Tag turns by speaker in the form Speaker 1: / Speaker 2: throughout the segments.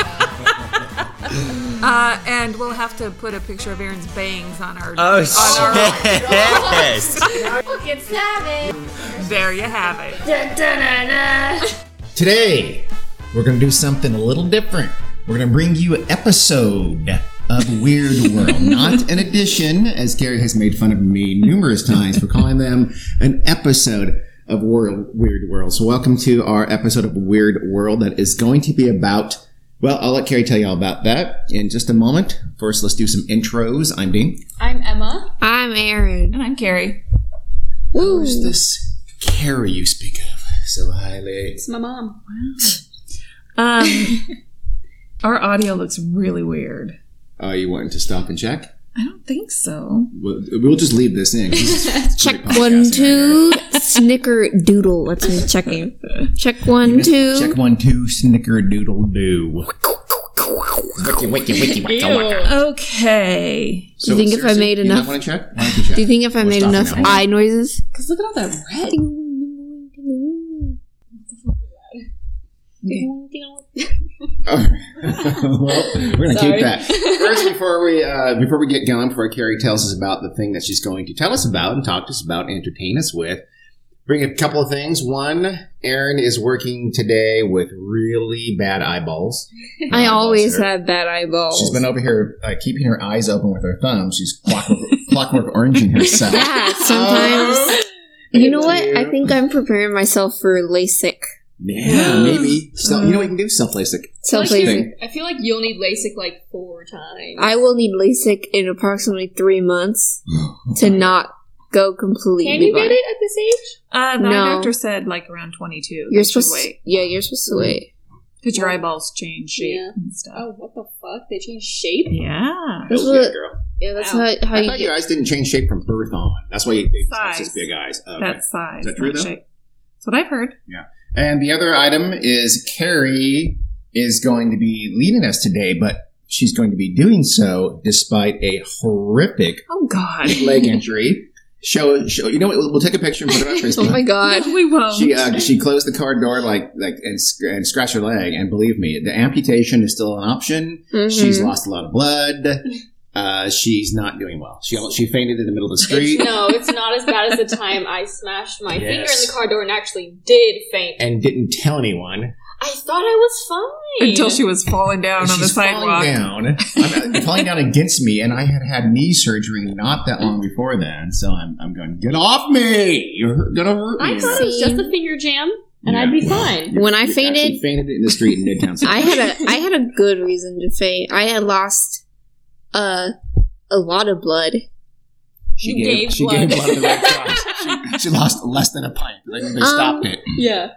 Speaker 1: Uh, and we'll have to put a picture of Aaron's bangs on our.
Speaker 2: Oh
Speaker 1: on our
Speaker 2: shit!
Speaker 3: Look, it's seven.
Speaker 1: there you have it.
Speaker 3: Dun, dun, dun, dun.
Speaker 4: Today, we're going to do something a little different. We're going to bring you an episode of Weird World, not an edition, as Gary has made fun of me numerous times for calling them an episode of World, Weird World. So, welcome to our episode of Weird World that is going to be about. Well, I'll let Carrie tell you all about that in just a moment. First, let's do some intros. I'm Dean.
Speaker 5: I'm Emma.
Speaker 3: I'm Aaron.
Speaker 1: And I'm Carrie.
Speaker 4: Who's this Carrie you speak of so highly?
Speaker 5: It's my mom.
Speaker 1: Um, our audio looks really weird.
Speaker 4: Oh, you wanting to stop and check?
Speaker 1: I don't think so.
Speaker 4: We'll, we'll just leave this in. check
Speaker 3: One, two, snicker doodle. Let's me check him. Check one, two.
Speaker 4: Check one, two, snickerdoodle doo. Wiki, wiki, wiki, wiki, wiki.
Speaker 1: Okay.
Speaker 4: So,
Speaker 3: you think if I
Speaker 4: seriously,
Speaker 3: made
Speaker 4: you
Speaker 3: enough-
Speaker 4: Don't want to check? Why don't you check?
Speaker 3: Do you think if I
Speaker 4: We'll
Speaker 3: made
Speaker 4: stop
Speaker 3: enough
Speaker 4: now.
Speaker 3: eye noises?
Speaker 5: Cause look at all that red.
Speaker 4: All right. well, we're gonna keep that. First, before we uh, before we get going, before Carrie tells us about the thing that she's going to tell us about and talk to us about, and entertain us with, bring a couple of things. One, Aaron is working today with really bad eyeballs.
Speaker 3: I
Speaker 4: Eyeballs
Speaker 3: always
Speaker 4: are-
Speaker 3: have bad eyeballs.
Speaker 4: She's been over here uh, keeping her eyes open with her thumb. She's clockwork, clockwork oranging herself.
Speaker 3: yeah, sometimes.
Speaker 4: Oh,
Speaker 3: you know what?
Speaker 4: thank you.
Speaker 3: I think I'm preparing myself for LASIK.
Speaker 4: yeah, maybe. So, you know, we can do self LASIK.
Speaker 3: Self
Speaker 4: you-
Speaker 3: LASIK.
Speaker 5: I feel like you'll need LASIK like four times.
Speaker 3: I will need LASIK in approximately three months to not go completely.
Speaker 5: Can you get
Speaker 3: blind.
Speaker 5: it at this age?
Speaker 1: Uh, the
Speaker 3: No.
Speaker 1: eye doctor said like around 22.
Speaker 3: You're
Speaker 1: they should
Speaker 3: supposed to
Speaker 1: wait
Speaker 3: Yeah, you're supposed to wait.
Speaker 1: because your eyeballs change shape
Speaker 5: Yeah.
Speaker 1: and stuff.
Speaker 5: Oh, what the fuck? They changed shape?
Speaker 1: Yeah.
Speaker 3: That's
Speaker 4: Oh, yeah,
Speaker 3: what-
Speaker 4: girl.
Speaker 3: Yeah, that's
Speaker 5: Wow.
Speaker 3: how, how
Speaker 4: I
Speaker 3: you
Speaker 4: thought your
Speaker 3: get.
Speaker 4: eyes didn't change shape from birth on. That's why you babies have
Speaker 1: Size.
Speaker 4: such big eyes. Okay.
Speaker 1: That's size.
Speaker 4: Is that true,
Speaker 1: not
Speaker 4: though?
Speaker 1: shape. That's what I've heard.
Speaker 4: And the other item is Carrie is going to be leading us today, but she's going to be doing so despite a horrific
Speaker 1: Oh God.
Speaker 4: leg injury. Show, show you know what? We'll take a picture and put it on Facebook.
Speaker 3: Oh my god.
Speaker 1: No, we won't.
Speaker 4: She uh, she closed the car door like like and, sc- and scratched her leg. And believe me, the amputation is still an option.
Speaker 5: Mm-hmm.
Speaker 4: She's
Speaker 3: Mhm.
Speaker 4: lost a lot of blood. Uh, she's not doing well. She al- she fainted in the middle of the street.
Speaker 5: no, it's not as bad as the time I smashed my finger in
Speaker 4: Yes.
Speaker 5: the car door and actually did faint.
Speaker 4: And didn't tell anyone.
Speaker 5: I thought I was fine
Speaker 1: Until she was falling down on the
Speaker 4: She's
Speaker 1: sidewalk.
Speaker 4: falling down, I'm, uh, falling down against me, and I had had knee surgery not that long before then. So I'm, I'm going, get off me! You're hurt- gonna hurt me.
Speaker 5: I thought it was just a finger jam, and I'd be
Speaker 4: Yeah, well,
Speaker 5: fine.
Speaker 4: you-
Speaker 3: When I
Speaker 4: you actually
Speaker 3: fainted-
Speaker 4: fainted in the street in Midtown. City.
Speaker 3: I had a I had a good reason to faint. I had lost uh a lot of blood.
Speaker 4: She
Speaker 5: You
Speaker 4: gave,
Speaker 5: gave
Speaker 4: she gave
Speaker 5: blood.
Speaker 4: blood to the Red Cross. she, she lost less than a pint. Like, they
Speaker 3: Um,
Speaker 4: stopped it.
Speaker 5: Yeah.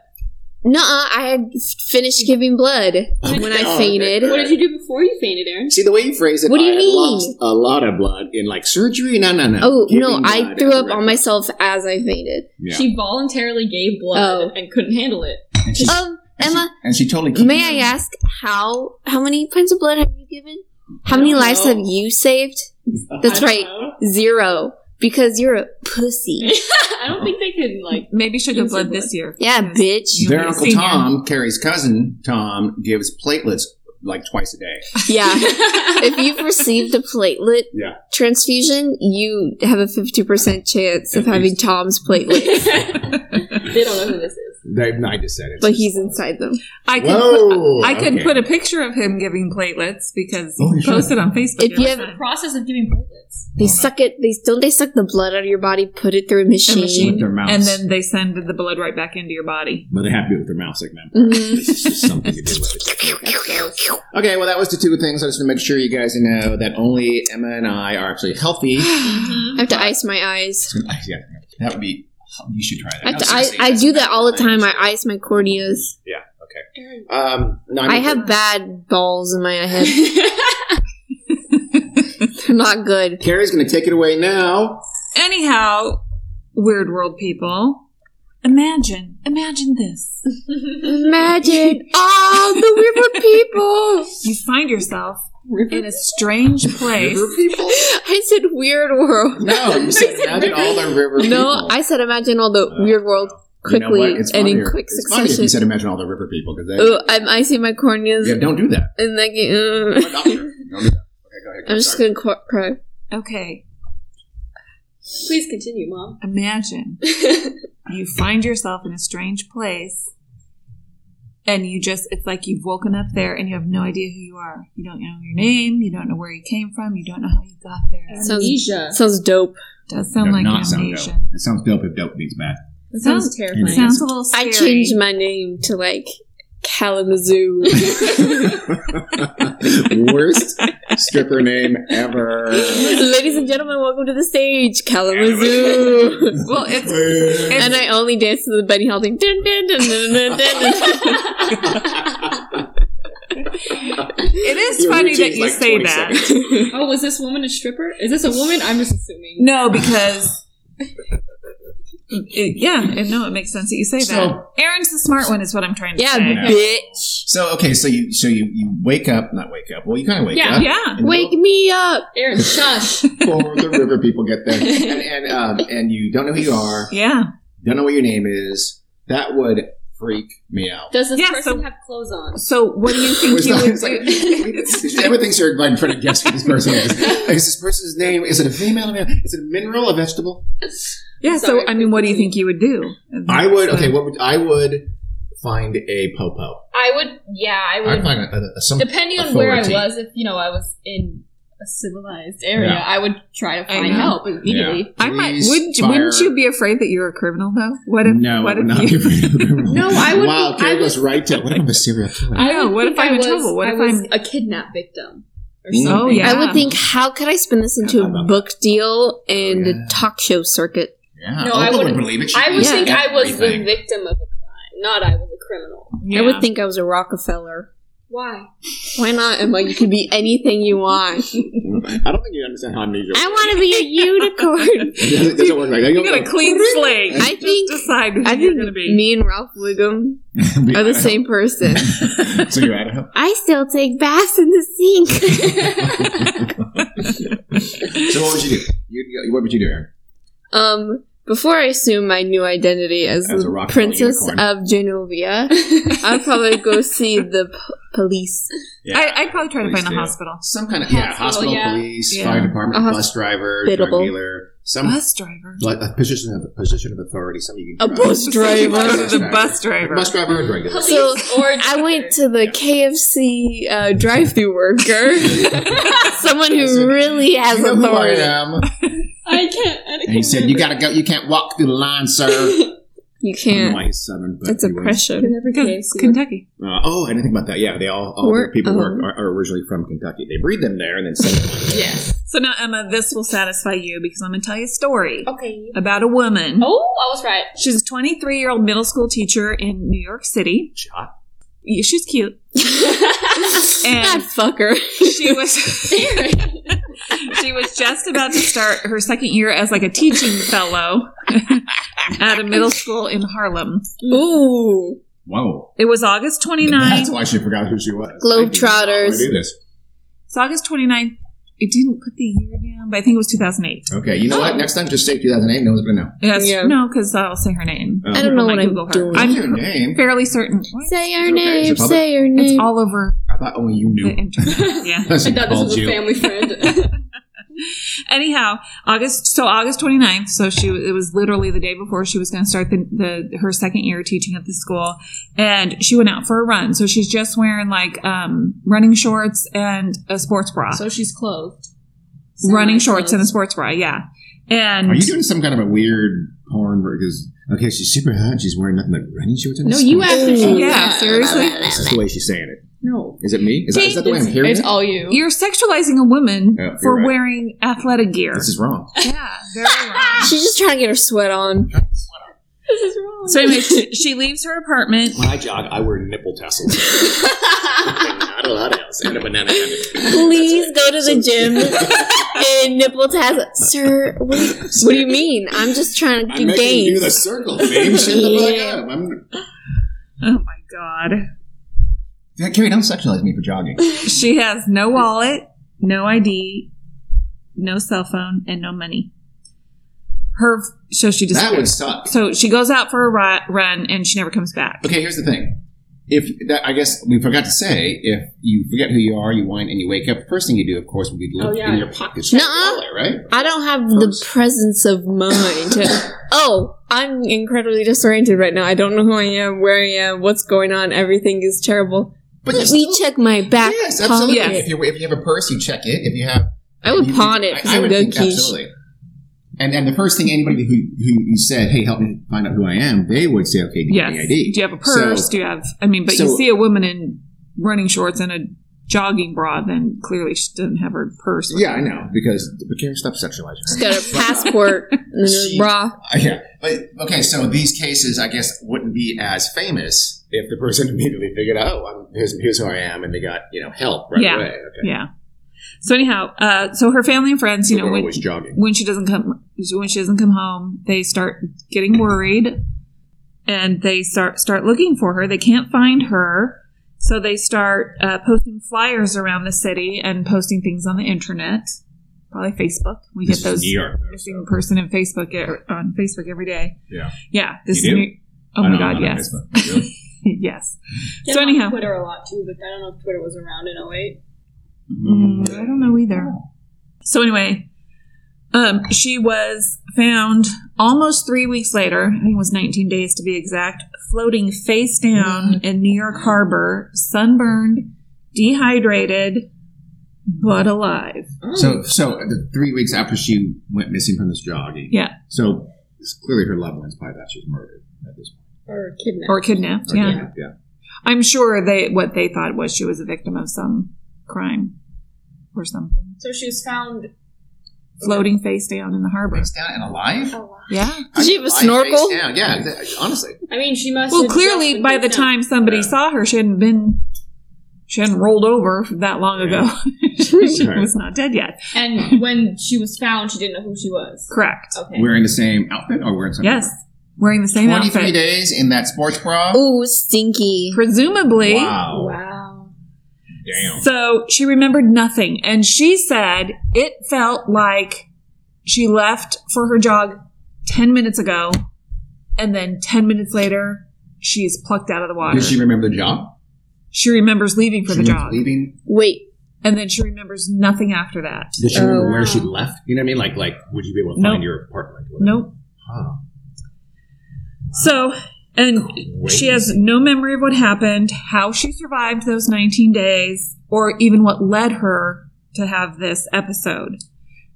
Speaker 3: Nuh I had finished giving blood when I fainted.
Speaker 5: What did you do before you fainted, Aaron?
Speaker 4: See the way you phrase it.
Speaker 3: What do you
Speaker 4: I
Speaker 3: mean?
Speaker 4: Lost a lot of blood in like surgery. No, no, no.
Speaker 3: Oh
Speaker 4: Giving
Speaker 3: no, I
Speaker 4: blood
Speaker 3: threw
Speaker 4: at
Speaker 3: up
Speaker 4: the
Speaker 3: on
Speaker 4: Red
Speaker 3: myself as I fainted.
Speaker 4: Yeah.
Speaker 5: She voluntarily gave blood
Speaker 3: Oh.
Speaker 5: and couldn't handle it.
Speaker 4: Cross. And she,
Speaker 3: Um,
Speaker 4: and she-
Speaker 3: Emma,
Speaker 4: and she totally. keeps-
Speaker 3: May I ask how how many pints of blood have you given? How
Speaker 5: I
Speaker 3: many
Speaker 5: don't
Speaker 3: lives
Speaker 5: know.
Speaker 3: have you saved?
Speaker 5: I
Speaker 3: That's
Speaker 5: don't
Speaker 3: right,
Speaker 5: know.
Speaker 3: zero. Because you're a pussy.
Speaker 5: I
Speaker 4: Uh-huh.
Speaker 5: don't think they could like.
Speaker 1: Maybe she'll
Speaker 5: Use
Speaker 1: give
Speaker 5: the
Speaker 1: blood
Speaker 5: blood.
Speaker 1: this year.
Speaker 3: Yeah, bitch.
Speaker 4: Their uncle
Speaker 1: Senior.
Speaker 4: Tom, Carrie's cousin Tom, gives platelets like twice a day.
Speaker 3: Yeah. If you've received a platelet
Speaker 4: Yeah.
Speaker 3: transfusion, you have a fifty percent chance of
Speaker 4: At
Speaker 3: having Tom's platelets,
Speaker 5: they don't know who this is.
Speaker 4: They, no, I just said it.
Speaker 3: but he's inside them.
Speaker 1: I could
Speaker 4: Whoa,
Speaker 1: put, I could
Speaker 4: okay.
Speaker 1: put a picture of him giving platelets because
Speaker 4: Oh, you
Speaker 1: he
Speaker 4: should.
Speaker 1: posted on Facebook.
Speaker 3: If you
Speaker 1: last
Speaker 3: have-
Speaker 1: time.
Speaker 5: Process of giving platelets.
Speaker 3: They suck it. They don't. They suck the blood out of your body, put it through a machine.
Speaker 4: With their mouths.
Speaker 1: and then they send the blood right back into your body.
Speaker 4: but they have to do it with their mouths, like man.
Speaker 3: Mhm.
Speaker 4: This is just something to do with it. Okay, well, that was the two things. I just want to make sure you guys know that only Emma and I are actually healthy.
Speaker 3: I have to ice my eyes.
Speaker 4: yeah, that would be. You should try that.
Speaker 3: I, have to, I, I do that all the time. I ice my corneas.
Speaker 4: Yeah.
Speaker 6: Okay. Um, no, I,
Speaker 3: I
Speaker 6: mean,
Speaker 3: have bad balls in my head. They're not good.
Speaker 6: Carrie's going to take it away now.
Speaker 1: Anyhow, weird world people. Imagine, imagine this.
Speaker 3: Imagine all the river people.
Speaker 1: You find yourself in a strange place.
Speaker 6: River people?
Speaker 3: I said weird world.
Speaker 6: No, you said imagine all the river people.
Speaker 3: No, I said imagine all the weird world
Speaker 4: Uh, You know
Speaker 3: quickly
Speaker 4: what? It's
Speaker 3: and in
Speaker 4: funnier-
Speaker 3: quick
Speaker 4: It's funny if you
Speaker 3: succession.
Speaker 4: said imagine all the river people because
Speaker 3: Oh, I'm icing my corneas
Speaker 4: yeah, don't do that.
Speaker 3: and like, uh,
Speaker 6: Doctor, don't do that. Okay, go ahead.
Speaker 3: I'm just gonna qu- cry.
Speaker 1: Okay,
Speaker 5: Please continue, Mom.
Speaker 1: imagine you find yourself in a strange place and you just, it's like you've woken up there and you have no idea who you are. You don't know your name, you don't know where you came from, you don't know how you got there.
Speaker 3: Sounds-
Speaker 5: Amnesia.
Speaker 3: Sounds dope.
Speaker 1: It does sound
Speaker 4: Does
Speaker 1: like
Speaker 4: not sound
Speaker 1: amnesia.
Speaker 4: dope. It sounds dope if dope means bad.
Speaker 5: That sounds
Speaker 1: It
Speaker 5: terrifying.
Speaker 1: sounds a little scary.
Speaker 3: I changed my name to like Kalamazoo.
Speaker 6: Worst stripper name ever.
Speaker 3: Ladies and gentlemen, welcome to the stage, Kalamazoo.
Speaker 1: Well, it's, it's
Speaker 3: and I only danced to the Benny Hill thing. Dun, dun, dun, dun, dun, dun, dun.
Speaker 1: it is
Speaker 6: Your
Speaker 1: funny that
Speaker 6: routine's
Speaker 1: you
Speaker 6: like
Speaker 1: say
Speaker 6: 20
Speaker 1: that.
Speaker 6: seconds.
Speaker 5: oh, was this woman a stripper? Is this a woman? I'm just assuming.
Speaker 1: No, because it, yeah, and no, it makes sense that you say that.
Speaker 4: So-
Speaker 1: Aaron's the smart one, is what I'm trying to
Speaker 3: yeah,
Speaker 1: say.
Speaker 3: bitch.
Speaker 4: So okay, so you so you, you wake up, not wake up. Well, you kind of wake
Speaker 5: Yeah,
Speaker 4: up.
Speaker 1: Yeah,
Speaker 4: And
Speaker 3: Wake me up.
Speaker 5: Aaron, shush.
Speaker 4: before the river people get there, and and, um, and you don't know who you are,
Speaker 1: yeah.
Speaker 4: don't know what your name is. That would freak me out.
Speaker 5: Does this
Speaker 1: Yeah,
Speaker 5: person
Speaker 1: so-
Speaker 5: have clothes on?
Speaker 1: So, what do you think
Speaker 4: It's
Speaker 1: you
Speaker 4: not-
Speaker 1: would
Speaker 4: it's
Speaker 1: do?
Speaker 4: like- everything's you're invited to guess who this person is. Is this person's name? Is it a female? a male? Is it a mineral? A vegetable?
Speaker 1: Yeah, so I mean, what do you think you would do?
Speaker 4: I would. Okay, what would I would find a popo?
Speaker 5: I would. Yeah, I
Speaker 4: I'd
Speaker 5: would.
Speaker 4: find a, a, some
Speaker 5: Depending on where I
Speaker 4: authority.
Speaker 5: was, if you know I was in a civilized area,
Speaker 4: Yeah.
Speaker 5: I would try to
Speaker 1: I
Speaker 5: find
Speaker 1: know.
Speaker 5: help immediately.
Speaker 1: I might.
Speaker 4: Please
Speaker 1: Wouldn't you,
Speaker 4: fire-
Speaker 1: wouldn't you be afraid that you're a criminal though? What if?
Speaker 4: No,
Speaker 1: what
Speaker 4: I would
Speaker 1: if
Speaker 4: not
Speaker 1: you?
Speaker 4: be afraid.
Speaker 5: No, I would
Speaker 4: Wow,
Speaker 5: be-
Speaker 4: Carrie
Speaker 5: I
Speaker 4: goes right to. What if I'm a serial killer?
Speaker 1: I know.
Speaker 5: would
Speaker 1: What if
Speaker 5: think
Speaker 1: I'm in
Speaker 5: was-
Speaker 1: trouble? What
Speaker 5: I
Speaker 1: if
Speaker 5: was
Speaker 1: I'm-
Speaker 5: a kidnap victim? Or
Speaker 4: Mm.
Speaker 5: something.
Speaker 1: Oh yeah,
Speaker 3: I would think, how could I spin this into a book deal and
Speaker 4: Oh, Yeah.
Speaker 3: a talk show circuit?
Speaker 4: Yeah, Oprah
Speaker 5: No, I
Speaker 4: would,
Speaker 5: wouldn't-
Speaker 4: believe it. She
Speaker 5: I would
Speaker 4: believes
Speaker 5: think I was the
Speaker 4: everything.
Speaker 5: victim of a crime, not I was a criminal.
Speaker 1: Yeah.
Speaker 3: I would think I was a Rockefeller.
Speaker 5: Why?
Speaker 3: Why not, Emma? You could be anything you want.
Speaker 6: I don't think you understand how amnesia
Speaker 3: I want to be a unicorn.
Speaker 6: It doesn't, it doesn't work like that. You
Speaker 1: You got a
Speaker 6: don't-
Speaker 1: clean slate.
Speaker 3: I think-
Speaker 1: Just decide who
Speaker 3: I
Speaker 1: you're
Speaker 3: think
Speaker 1: going to be.
Speaker 3: me and Ralph Wiggum are the same person.
Speaker 4: so you're Idaho.
Speaker 3: I still take baths in the sink.
Speaker 4: So what would you do? You, what would you do, Aaron?
Speaker 3: um, before I assume my new identity as,
Speaker 4: As a
Speaker 3: the
Speaker 4: rock
Speaker 3: Princess
Speaker 4: unicorn.
Speaker 3: of Genovia, I'll probably go see the p- police.
Speaker 1: I, I'd probably try to
Speaker 4: Please
Speaker 1: find a
Speaker 4: do.
Speaker 1: hospital.
Speaker 4: some kind of
Speaker 5: Hospital,
Speaker 4: yeah, hospital,
Speaker 5: yeah.
Speaker 4: police,
Speaker 1: Yeah.
Speaker 4: fire department,
Speaker 3: A
Speaker 4: bus driver,
Speaker 3: hospitable.
Speaker 4: drug dealer, some
Speaker 1: Bus driver.
Speaker 4: Um, like a position of position of authority. Some you
Speaker 3: A
Speaker 4: can trust.
Speaker 3: bus driver.
Speaker 1: the bus driver.
Speaker 4: bus driver, or drug dealer.
Speaker 5: Police
Speaker 3: So,
Speaker 5: or
Speaker 3: I went
Speaker 5: doctor?
Speaker 3: to the KFC uh, drive-thru worker, someone who really has
Speaker 4: You know who I
Speaker 3: authority.
Speaker 4: am.
Speaker 5: I can't. I can't
Speaker 4: And he said, "You gotta go. You can't walk through the line, sir."
Speaker 3: You
Speaker 4: I don't know
Speaker 3: can't.
Speaker 4: why he's southern, but
Speaker 3: That's
Speaker 4: he was.
Speaker 3: oppression.
Speaker 1: Because it's Kentucky.
Speaker 4: Uh, oh, I didn't think about that. Yeah, they all, all
Speaker 3: Or-
Speaker 4: their people were,
Speaker 5: um,
Speaker 3: oh.
Speaker 4: are, are originally from Kentucky. They breed them there and then send them.
Speaker 5: yes.
Speaker 1: So now, Emma, this will satisfy you because I'm going to tell you a story
Speaker 5: Okay.
Speaker 1: about a woman.
Speaker 5: Oh, I was right.
Speaker 1: She's a 23 year old middle school teacher in New York City.
Speaker 4: Shot.
Speaker 1: Yeah, She's cute.
Speaker 3: That
Speaker 1: And
Speaker 3: fucker.
Speaker 1: she was she was just about to start her second year as like a teaching fellow at a middle school in Harlem.
Speaker 3: Ooh.
Speaker 4: Whoa.
Speaker 1: It was August 29th.
Speaker 4: That's why she forgot who she was.
Speaker 3: Globetrotters.
Speaker 4: I do this.
Speaker 1: It's August 29th. It didn't put the year down, but I think it was 2008.
Speaker 4: Okay, you know what? Next time, just say 2008. No one's gonna know.
Speaker 1: Yes.
Speaker 3: Yeah.
Speaker 1: No, because I'll say her name.
Speaker 4: Oh.
Speaker 3: I don't know
Speaker 1: I
Speaker 3: what I'm
Speaker 1: Google her.
Speaker 3: doing.
Speaker 4: I'm
Speaker 1: I'm-
Speaker 4: your name.
Speaker 1: Fairly certain. What?
Speaker 3: say
Speaker 4: Is
Speaker 3: your
Speaker 4: it okay? Is
Speaker 3: name,
Speaker 4: it public?
Speaker 3: say your
Speaker 1: It's
Speaker 3: name.
Speaker 1: all over
Speaker 4: I thought only you
Speaker 1: the
Speaker 4: knew.
Speaker 1: internet. Yeah.
Speaker 5: I thought this was a family friend.
Speaker 1: Anyhow, August so August 29th, so she it was literally the day before she was going to start the, the her second year teaching at the school and she went out for a run. So she's just wearing like um running shorts and a sports bra.
Speaker 4: Ah.
Speaker 5: so she's clothed.
Speaker 1: running shorts and a sports bra, yeah. And
Speaker 4: Are you doing some kind of a weird porn? Because okay, she's super hot. She's wearing nothing but running shorts. and
Speaker 5: No, you
Speaker 4: sweats.
Speaker 5: asked if she
Speaker 3: Ooh.
Speaker 5: was
Speaker 1: yeah,
Speaker 5: hot.
Speaker 1: seriously.
Speaker 4: This is the way she's saying it.
Speaker 5: No.
Speaker 4: Is it me? Is that, is that the way I'm hearing
Speaker 5: It's
Speaker 4: it?
Speaker 5: all you.
Speaker 1: You're sexualizing a woman
Speaker 4: Yeah, you're
Speaker 1: for
Speaker 4: right.
Speaker 1: wearing athletic gear.
Speaker 4: This is wrong.
Speaker 1: yeah, very wrong.
Speaker 3: She's just trying to get her sweat on. This is wrong.
Speaker 1: So anyway, she, she leaves her apartment.
Speaker 6: When I jog, I wear nipple tassels. Not a lot else. And a banana hammock.
Speaker 3: Please go to the gym and nipple tassel. Sir, what, what do you mean? I'm just trying to
Speaker 6: I'm
Speaker 3: do
Speaker 6: making you do the
Speaker 3: gains.
Speaker 6: circle, babe. Shut the fuck up. I'm,
Speaker 1: Oh my god.
Speaker 4: Yeah, Carrie, don't sexualize me for jogging.
Speaker 1: She has no wallet, no ID, no cell phone, and no money. Her so she just
Speaker 6: that would suck.
Speaker 1: so she goes out for a ri- run and she never comes back.
Speaker 4: Okay, here's the thing. If that, I guess we forgot to say, if you forget who you are, you whine, and you wake up. First thing you do, of course, would be to look
Speaker 5: Oh, yeah.
Speaker 4: in your pockets,
Speaker 3: Nuh-uh.
Speaker 4: Wallet, right?
Speaker 3: I don't have the presence of mind. to- oh, I'm incredibly disoriented right now. I don't know who I am, where I am, what's going on. Everything is terrible.
Speaker 4: But
Speaker 3: Let me check my back
Speaker 4: Yes,
Speaker 3: pocket.
Speaker 4: absolutely. If, you if you have a purse, you check it. If you have,
Speaker 3: I would
Speaker 4: you-
Speaker 3: pawn it for
Speaker 4: I- I
Speaker 3: some
Speaker 4: would
Speaker 3: good
Speaker 4: think
Speaker 3: quiche.
Speaker 4: Absolutely. And and the first thing anybody who who you said, hey, help me find out who I am, they would say, okay, do you
Speaker 1: Yes.
Speaker 4: have any ID?
Speaker 1: Do you have a purse?
Speaker 4: So-
Speaker 1: do you have? I mean, but you
Speaker 4: so-
Speaker 1: see a woman in running shorts and a jogging bra, then clearly she doesn't have her purse.
Speaker 4: yeah, I know because but Carrie, stop sexualizing.
Speaker 3: Just got a passport and a
Speaker 4: She-
Speaker 3: bra.
Speaker 4: Uh, Yeah, but okay. So these cases, I guess, wouldn't be as famous if the person immediately figured out, oh, I'm, here's, here's who I am, and they got you know help right
Speaker 1: Yeah.
Speaker 4: away. Okay.
Speaker 1: Yeah. So anyhow, uh, so her family and friends, you
Speaker 6: We're
Speaker 1: know, when,
Speaker 6: always jogging.
Speaker 1: when she doesn't come, when she doesn't come home, they start getting worried, and they start start looking for her. They can't find her, so they start uh, posting flyers around the city and posting things on the internet, probably Facebook. We
Speaker 4: This
Speaker 1: get
Speaker 4: is
Speaker 1: those
Speaker 4: New York.
Speaker 1: missing person in Facebook er, on Facebook every day.
Speaker 4: Yeah.
Speaker 1: yeah. This
Speaker 4: You do?
Speaker 1: is New- oh
Speaker 4: I
Speaker 1: my
Speaker 4: know,
Speaker 1: god,
Speaker 4: I'm not on
Speaker 1: yes,
Speaker 4: Facebook. Really?
Speaker 1: yes.
Speaker 5: Get
Speaker 1: So
Speaker 5: on
Speaker 1: anyhow-
Speaker 5: Twitter a lot too, but I don't know if Twitter was around in 08.
Speaker 1: Mm, I don't know either. So anyway, um, she was found almost three weeks later. I think it was 19 days to be exact, floating face down in New York Harbor, sunburned, dehydrated, but alive.
Speaker 4: So, so the three weeks after she went missing from this jogging,
Speaker 1: Yeah,
Speaker 4: so it's clearly her loved ones probably thought she was murdered at this point.
Speaker 5: Or kidnapped.
Speaker 1: or kidnapped.
Speaker 4: Or
Speaker 1: yeah,
Speaker 4: kidnapped, yeah.
Speaker 1: I'm sure they what they thought was she was a victim of some crime or something.
Speaker 5: so she was found.
Speaker 1: Floating face down in the harbor.
Speaker 4: Face down and alive.
Speaker 1: Yeah.
Speaker 3: Did she have a
Speaker 4: Alive
Speaker 3: snorkel?
Speaker 4: face down, Yeah, th- honestly.
Speaker 5: I mean, she must.
Speaker 1: Well,
Speaker 5: have just
Speaker 1: clearly,
Speaker 5: been
Speaker 1: by the
Speaker 5: kidnapped.
Speaker 1: time somebody
Speaker 4: Yeah.
Speaker 1: saw her, she hadn't been, she hadn't rolled over that long ago. she
Speaker 4: Right.
Speaker 1: was not dead yet.
Speaker 5: and when she was found, she didn't know who she was.
Speaker 1: Correct.
Speaker 5: Okay.
Speaker 4: Wearing the same outfit or wearing something?
Speaker 1: Yes, wearing the same
Speaker 4: different? Twenty-three
Speaker 1: outfit,
Speaker 4: days in that sports bra.
Speaker 3: Ooh, stinky.
Speaker 1: presumably.
Speaker 4: Wow.
Speaker 5: Oh, wow.
Speaker 4: Damn.
Speaker 1: So she remembered nothing, and she said it felt like she left for her jog ten minutes ago, and then ten minutes later she's plucked out of the water.
Speaker 4: Did she remember the job?
Speaker 1: She remembers leaving for
Speaker 4: She
Speaker 1: the
Speaker 4: was
Speaker 1: jog,
Speaker 4: Leaving
Speaker 3: Wait,
Speaker 1: and then she remembers nothing after that.
Speaker 4: Did she remember
Speaker 3: Oh.
Speaker 4: where she left? You know what I mean? Like, like, would you be able to
Speaker 1: Nope.
Speaker 4: find your apartment?
Speaker 1: Nope.
Speaker 4: Huh.
Speaker 1: So, and she has no memory of what happened, how she survived those 19 days, or even what led her to have this episode.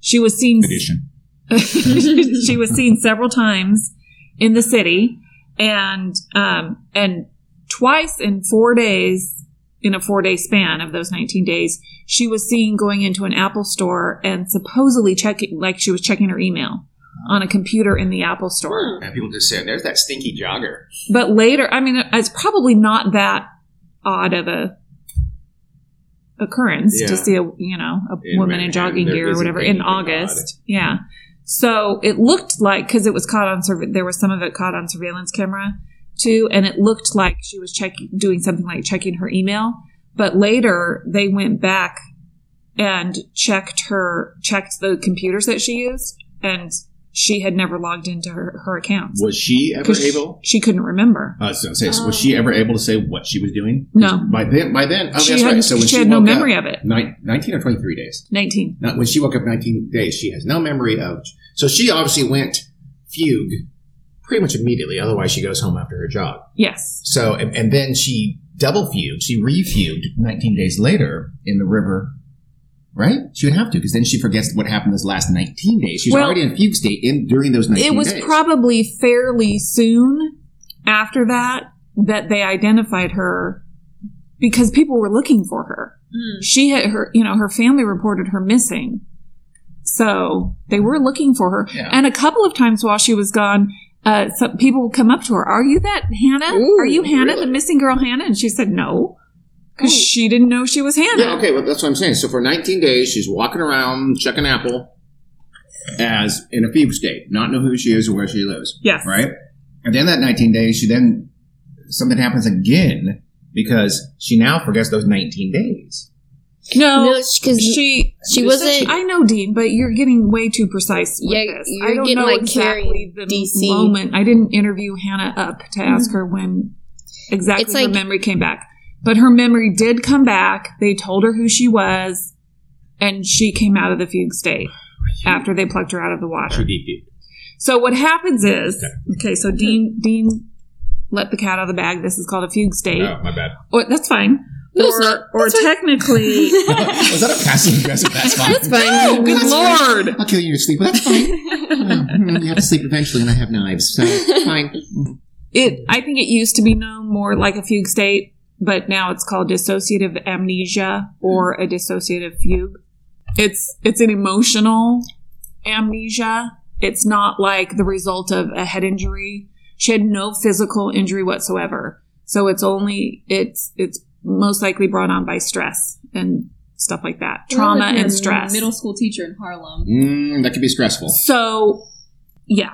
Speaker 1: She was seen
Speaker 4: Edition.
Speaker 1: she was seen several times in the city and um, and twice in 4 days in a 4-day span of those 19 days, she was seen going into an Apple store and supposedly checking like she was checking her email on a computer in the Apple store.
Speaker 4: And people just say, "There's that stinky jogger."
Speaker 1: But later, I mean, it's probably not that odd of a occurrence
Speaker 4: Yeah.
Speaker 1: to see a you know a
Speaker 4: In
Speaker 1: woman in
Speaker 4: Manhattan,
Speaker 1: jogging
Speaker 4: there
Speaker 1: gear or
Speaker 4: isn't
Speaker 1: whatever in
Speaker 4: anything odd.
Speaker 1: August. Yeah. So it looked like because it was caught on surve- there was some of it caught on surveillance camera too, and it looked like she was checking doing something like checking her email. But later they went back and checked her checked the computers that she used, and she had never logged into her, her accounts.
Speaker 4: Was she ever
Speaker 1: 'Cause
Speaker 4: able? Oh,
Speaker 1: She couldn't remember.
Speaker 4: I was gonna say, so was she ever able to say what she was doing?
Speaker 1: No.
Speaker 4: By then, by then, oh,
Speaker 1: she
Speaker 4: that's
Speaker 1: had,
Speaker 4: right. So when
Speaker 1: she
Speaker 4: she,
Speaker 1: had no memory of it.
Speaker 4: Nine, Nineteen or twenty-three days.
Speaker 1: 19.
Speaker 4: Not when she woke up, nineteen days. She has no memory of. So she obviously went fugue pretty much immediately. Otherwise, she goes home after her jog.
Speaker 1: Yes.
Speaker 4: So, and, and then she double fugued, she refugued 19 days later in the river, right? She would have to, because then she forgets what happened those last 19 days. She was
Speaker 1: Well-
Speaker 4: already in fugue state in during those 19 days.
Speaker 1: It was probably fairly soon after that that they identified her because people were looking for her. She had her, you know, her family reported her missing. So they were looking for her.
Speaker 4: Yeah.
Speaker 1: And a couple of times while she was gone, uh, some people would come up to her, "Are you that Hannah?
Speaker 3: Ooh,
Speaker 1: Are you Hannah, the
Speaker 6: really?
Speaker 1: missing girl Hannah?" And she said,
Speaker 4: Oh.
Speaker 1: "No," because she didn't know she was Hannah.
Speaker 6: Yeah, okay, well, that's what I'm saying. So for 19 days, she's walking around checking apple
Speaker 4: as in a fever state, not know who she is or where she lives,
Speaker 1: Yes,
Speaker 4: right? And then that 19 days, she then something happens again because she now forgets those 19 days.
Speaker 1: No,
Speaker 3: No, because she,
Speaker 1: she.
Speaker 3: she wasn't.
Speaker 1: I know, Dean, but you're getting way too precise. With
Speaker 3: Yeah,
Speaker 1: this.
Speaker 3: you're
Speaker 1: I don't
Speaker 3: getting,
Speaker 1: know
Speaker 3: like,
Speaker 1: exactly
Speaker 3: Carrie
Speaker 1: the
Speaker 3: DC.
Speaker 1: moment. I didn't interview Hannah up to ask her when exactly
Speaker 3: Mm-hmm. It's
Speaker 1: her
Speaker 3: like-
Speaker 1: memory came back, but her memory did come back. They told her who she was, and she came out of the fugue state after they plucked her out of the water. So what happens is, okay, so Dean, Dean. Let the cat out of the bag. This is called a fugue state.
Speaker 6: Oh, my bad.
Speaker 1: Or, that's fine.
Speaker 3: No, it's not.
Speaker 1: or or technically,
Speaker 4: Was that a passive aggressive? That's fine.
Speaker 3: That's fine.
Speaker 1: Oh, good lord.
Speaker 4: I'll kill you in your sleep. Well, that's fine. Mm, you have to sleep eventually, and I have knives, so fine.
Speaker 1: it i think it used to be known more like a fugue state but now it's called dissociative amnesia or a dissociative fugue it's it's an emotional amnesia it's not like the result of a head injury she had no physical injury whatsoever so it's only it's it's most likely brought on by stress and stuff like that trauma
Speaker 5: Like your
Speaker 1: and stress
Speaker 5: Middle school teacher in Harlem.
Speaker 6: Mm, that could be stressful.
Speaker 1: so, yeah.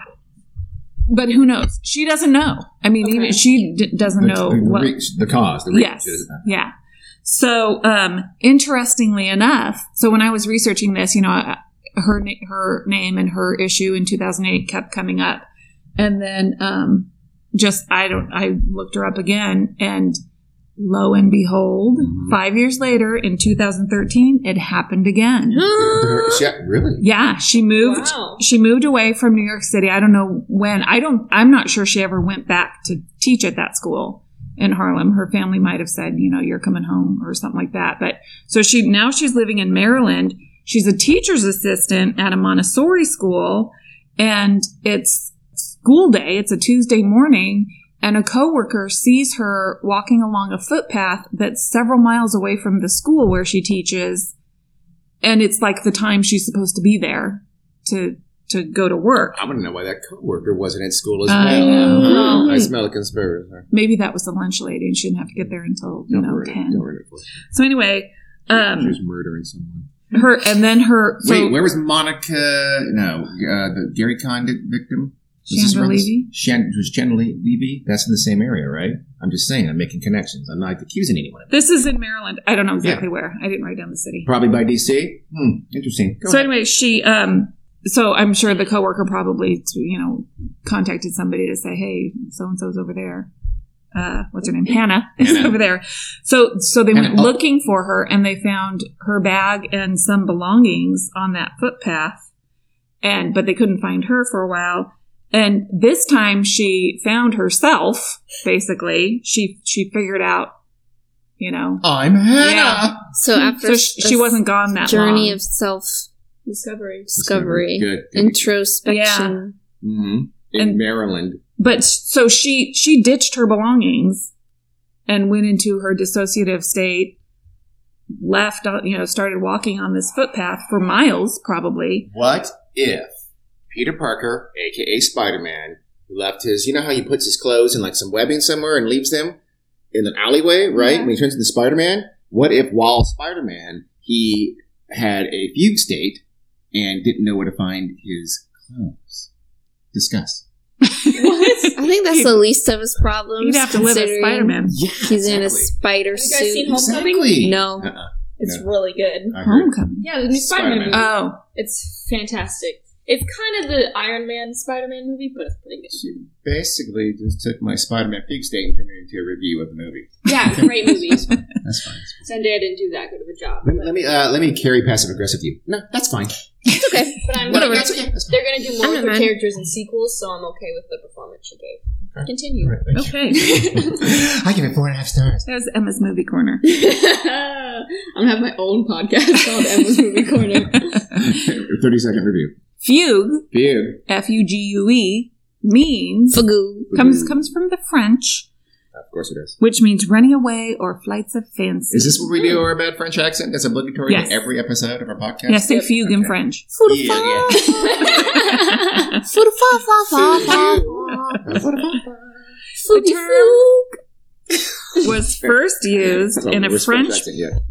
Speaker 1: But who knows? She doesn't know. I mean,
Speaker 5: Okay.
Speaker 1: even she d- doesn't know
Speaker 4: the,
Speaker 1: Oh, what.
Speaker 4: re- the cause. The reason.
Speaker 1: Yes. Yeah. So, um, interestingly enough, so when I was researching this, you know, I- her na- her name and her issue in 2008 kept coming up, and then um, just I don't I looked her up again, and lo and behold,
Speaker 4: Mm-hmm.
Speaker 1: five years later in 2013, it happened again.
Speaker 6: Yeah, really?
Speaker 1: Yeah, she moved.
Speaker 5: Wow.
Speaker 1: She moved away from New York City. I don't know when. I don't. I'm not sure she ever went back to teach at that school in Harlem. Her family might have said, you know, you're coming home or something like that. But so she now she's living in Maryland. She's a teacher's assistant at a Montessori school, and it's school day. It's a Tuesday morning. And a coworker sees her walking along a footpath that's several miles away from the school where she teaches, and it's like the time she's supposed to be there to to go to work.
Speaker 6: I want to know why that coworker wasn't at school as
Speaker 1: I
Speaker 6: well.
Speaker 1: know.
Speaker 6: I smell a conspiracy.
Speaker 1: Maybe that was the lunch lady, and she didn't have to get there until you
Speaker 6: Don't
Speaker 1: know
Speaker 6: worry.
Speaker 1: ten.
Speaker 6: Don't worry.
Speaker 1: So anyway,
Speaker 6: She
Speaker 1: um,
Speaker 6: was murdering someone.
Speaker 1: her and then her so
Speaker 4: Wait, where was Monica? No, uh, the Gary Con victim. Was this
Speaker 1: Chandra
Speaker 4: around this-
Speaker 1: Levy?
Speaker 4: Shan- was Chandra Le- Levy? That's in the same area, right? I'm just saying. I'm making connections. I'm not accusing anyone.
Speaker 1: This is in Maryland. I don't know exactly where. I didn't write down the city.
Speaker 4: Probably by DC. Hmm. Interesting. Go
Speaker 1: so
Speaker 4: ahead.
Speaker 1: anyway, she um so I'm sure the coworker probably you know contacted somebody to say, "Hey, so and so's over there." Uh, what's her name? Hannah is
Speaker 4: Hannah.
Speaker 1: over there. So so they went
Speaker 4: Hannah, oh.
Speaker 1: looking for her and they found her bag and some belongings on that footpath. And but they couldn't find her for a while. And this time she found herself basically. She she figured out you know.
Speaker 4: I'm Hannah.
Speaker 1: Yeah.
Speaker 3: So Oh, after
Speaker 1: Hmm. So she, she
Speaker 3: this
Speaker 1: wasn't gone that
Speaker 3: journey
Speaker 1: long.
Speaker 3: of self
Speaker 5: Discovery.
Speaker 3: discovery,
Speaker 6: Good.
Speaker 3: introspection.
Speaker 6: hmm In
Speaker 1: And-
Speaker 6: Maryland.
Speaker 1: but so she she ditched her belongings and went into her dissociative state left uh, you know started walking on this footpath for miles probably
Speaker 6: What if Peter Parker, aka Spider Man, left his, you know how he puts his clothes in like some webbing somewhere and leaves them in an alleyway, right? When he turns into Spider Man? What if while Spider Man, he had a fugue state and didn't know where to find his clothes?
Speaker 4: Discuss.
Speaker 3: I think that's the least of his problems.
Speaker 1: you'd have to live as
Speaker 3: considering
Speaker 1: spider-man
Speaker 6: Yeah.
Speaker 3: He's in a
Speaker 6: exactly.
Speaker 3: spider
Speaker 5: Have you guys seen
Speaker 3: suit.
Speaker 5: Homecoming?
Speaker 4: Exactly.
Speaker 3: No,
Speaker 6: Uh-uh.
Speaker 5: It's really good.
Speaker 4: Uh,
Speaker 6: I heard.
Speaker 1: homecoming
Speaker 5: Yeah, the new Spider-Man,
Speaker 6: Spider-Man.
Speaker 5: movie.
Speaker 1: oh
Speaker 5: it's fantastic. It's kind of the Iron Man Spider-Man movie, but it's pretty good.
Speaker 6: She basically just took my Spider Man fugue state and turned it into a review of the movie.
Speaker 5: Yeah, great movie.
Speaker 6: That's fine.
Speaker 5: Zendaya didn't do that good of a job.
Speaker 6: Let me let me, uh, let me carry passive aggressive you. No, that's fine.
Speaker 3: it's okay.
Speaker 5: But I'm
Speaker 3: Whatever.
Speaker 5: That's okay. They're going to do more
Speaker 3: I'm
Speaker 5: with
Speaker 3: not
Speaker 5: her
Speaker 3: mad.
Speaker 5: characters in sequels, so I'm okay with the performance she gave. Continue.
Speaker 1: okay
Speaker 4: I give it four and a half stars.
Speaker 1: that was emma's movie corner
Speaker 5: I'm gonna have my own podcast called Emma's Movie Corner.
Speaker 6: Thirty second review.
Speaker 1: fugue
Speaker 6: Fugue.
Speaker 1: f-u-g-u-e E, means
Speaker 3: Fagoo.
Speaker 1: comes comes from the french
Speaker 6: Of course it is.
Speaker 1: which means running away or flights of fancy
Speaker 4: Is this what we do? Our bad French accent that's obligatory
Speaker 1: Yes.
Speaker 4: to every episode of our podcast.
Speaker 1: yeah say fugue in french
Speaker 6: Yeah, yeah.
Speaker 3: Fudu fa fa fa fa.
Speaker 1: The term was first used in a French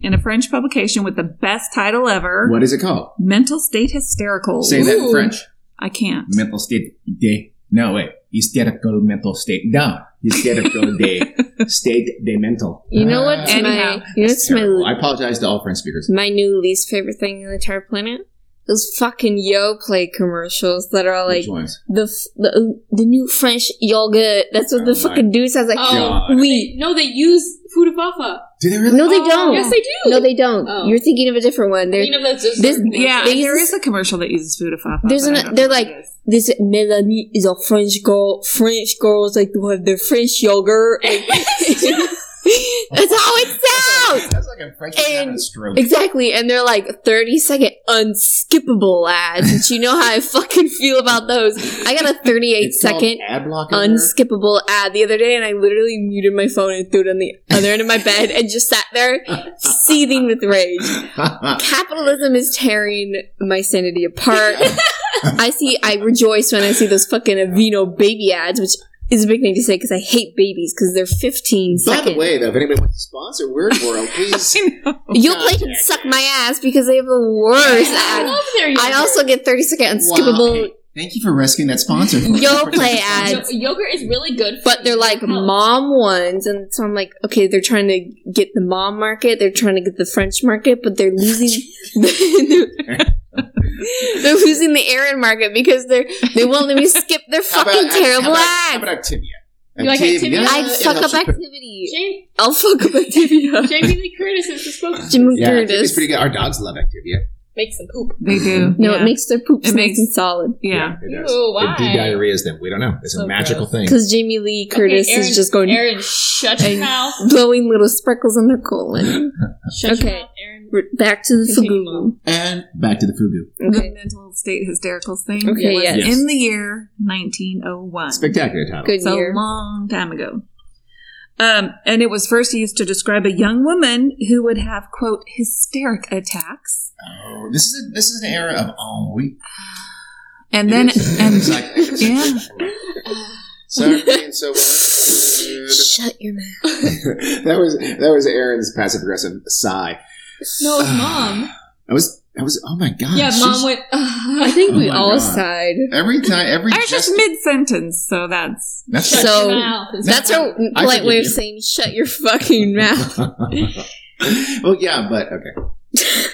Speaker 1: in a French publication with the best title ever:
Speaker 4: What is it called?
Speaker 1: "Mental State Hysterical."
Speaker 4: Say that in French.
Speaker 1: I can't.
Speaker 7: mental state de no wait hysterical mental state down hysterical de state de mental
Speaker 3: You know
Speaker 4: Ah.
Speaker 3: what's
Speaker 1: Anyhow,
Speaker 3: my you know what's
Speaker 4: Terrible. I
Speaker 3: my
Speaker 4: apologize to all French speakers.
Speaker 3: my new least favorite thing on the entire planet? Those fucking YoPlay commercials that are like
Speaker 4: Which ones?
Speaker 3: the f- the uh, the new French yogurt. That's what
Speaker 4: Oh
Speaker 3: the
Speaker 4: my
Speaker 3: fucking dude sounds like.
Speaker 5: Oh,
Speaker 4: God.
Speaker 3: We
Speaker 5: no, they use Fudafafa.
Speaker 4: Do they really?
Speaker 3: no, they
Speaker 5: Oh,
Speaker 3: don't.
Speaker 5: Yes, they do.
Speaker 3: No, they don't.
Speaker 5: Oh.
Speaker 3: You're thinking of a different one. They're,
Speaker 5: You know, that's just
Speaker 3: This-
Speaker 1: Yeah,
Speaker 3: They
Speaker 1: there
Speaker 3: use-
Speaker 1: is a commercial that uses food of
Speaker 3: There's an- they're like- this Melanie is a French girl. French girls like to have their French yogurt. Like, that's how it sounds.
Speaker 7: that's like a French
Speaker 3: And- having a
Speaker 7: stroke
Speaker 3: Exactly, and they're like 30 second unskippable ads, which you know how I fucking feel about those. I got a 38
Speaker 4: It's called
Speaker 3: second
Speaker 4: ad block. in there?
Speaker 3: unskippable ad the other day, and I literally muted my phone and threw it on the other end of my bed and just sat there seething with rage. Capitalism is tearing my sanity apart. I see, I rejoice when I see those fucking Avino baby ads, which is a big thing to say because I hate babies because they're 15
Speaker 4: By
Speaker 3: second.
Speaker 4: the way, though, if anybody wants to sponsor Weird World, please.
Speaker 3: You'll play and suck my ass because they have the worst
Speaker 5: I
Speaker 3: ads.
Speaker 5: love their yogurt.
Speaker 3: I also get 30 second
Speaker 4: Wow.
Speaker 3: unskippable
Speaker 7: thank you for rescuing that sponsor for us.
Speaker 3: yo play
Speaker 5: Yo-
Speaker 3: ads.
Speaker 5: yogurt is really good, for
Speaker 3: But they're
Speaker 5: your
Speaker 3: like
Speaker 5: health.
Speaker 3: mom ones, and so I'm like, okay, they're trying to get the mom market, they're trying to get the French market, but they're losing, they're losing the Aaron market because they're they won't let me skip their
Speaker 4: How about-
Speaker 3: fucking
Speaker 4: how
Speaker 3: terrible
Speaker 4: about-
Speaker 3: ads.
Speaker 4: How about Activia?
Speaker 5: You like Activia?
Speaker 3: I
Speaker 4: it
Speaker 3: fuck
Speaker 4: helps you
Speaker 3: up
Speaker 4: put-
Speaker 3: activity.
Speaker 5: Jamie,
Speaker 3: I'll fuck up activity.
Speaker 5: Jamie Lee Curtis is the spokesman.
Speaker 3: Jim
Speaker 4: Yeah, Activia's
Speaker 3: Curtis.
Speaker 4: pretty good. Our dogs love Activia.
Speaker 5: Makes them poop.
Speaker 1: They do.
Speaker 3: No,
Speaker 1: yeah.
Speaker 3: it makes their poop
Speaker 1: It
Speaker 3: it
Speaker 1: makes-
Speaker 3: makes solid.
Speaker 1: yeah.
Speaker 4: it does.
Speaker 5: Ooh, why?
Speaker 4: It de-diarrheas them. We don't know. It's a
Speaker 5: So
Speaker 4: magical thing.
Speaker 3: Because Jamie Lee
Speaker 5: Okay,
Speaker 3: Curtis
Speaker 5: Aaron-
Speaker 3: is just going
Speaker 5: Aaron, shut your mouth.
Speaker 3: blowing little sprinkles on their colon.
Speaker 5: Shut
Speaker 3: Okay.
Speaker 5: your mouth, Aaron.
Speaker 3: We're back to the
Speaker 5: Continue
Speaker 3: fugu.
Speaker 7: and back to the fugu
Speaker 1: The
Speaker 3: Okay.
Speaker 1: mental state hystericals thing
Speaker 3: Okay,
Speaker 1: was
Speaker 3: yes.
Speaker 4: Yes.
Speaker 1: in the year 1901.
Speaker 4: Spectacular title.
Speaker 3: Good
Speaker 1: It's a
Speaker 3: year.
Speaker 1: long time ago. Um, and it was first used to describe a young woman who would have, quote, hysteric attacks.
Speaker 7: oh this is a, this is an era of oh we
Speaker 1: And then, and
Speaker 4: It's like-
Speaker 1: yeah,
Speaker 4: Sorry, being so rude.
Speaker 3: Shut your mouth.
Speaker 4: that was that was Aaron's passive aggressive sigh.
Speaker 5: No, it's mom.
Speaker 4: I was I was oh my god.
Speaker 5: yeah, mom went.
Speaker 3: I think
Speaker 7: Oh
Speaker 3: we
Speaker 7: my
Speaker 3: all
Speaker 7: God.
Speaker 3: sighed.
Speaker 7: every time every
Speaker 1: uh, I was just
Speaker 7: gest-
Speaker 1: mid sentence, so that's
Speaker 7: that's
Speaker 5: Shut
Speaker 3: So-
Speaker 5: your mouth. It's
Speaker 3: That's
Speaker 5: mom.
Speaker 3: our
Speaker 4: I
Speaker 3: polite way
Speaker 4: forgive you.
Speaker 3: of saying shut your fucking mouth.
Speaker 4: well, yeah, but okay.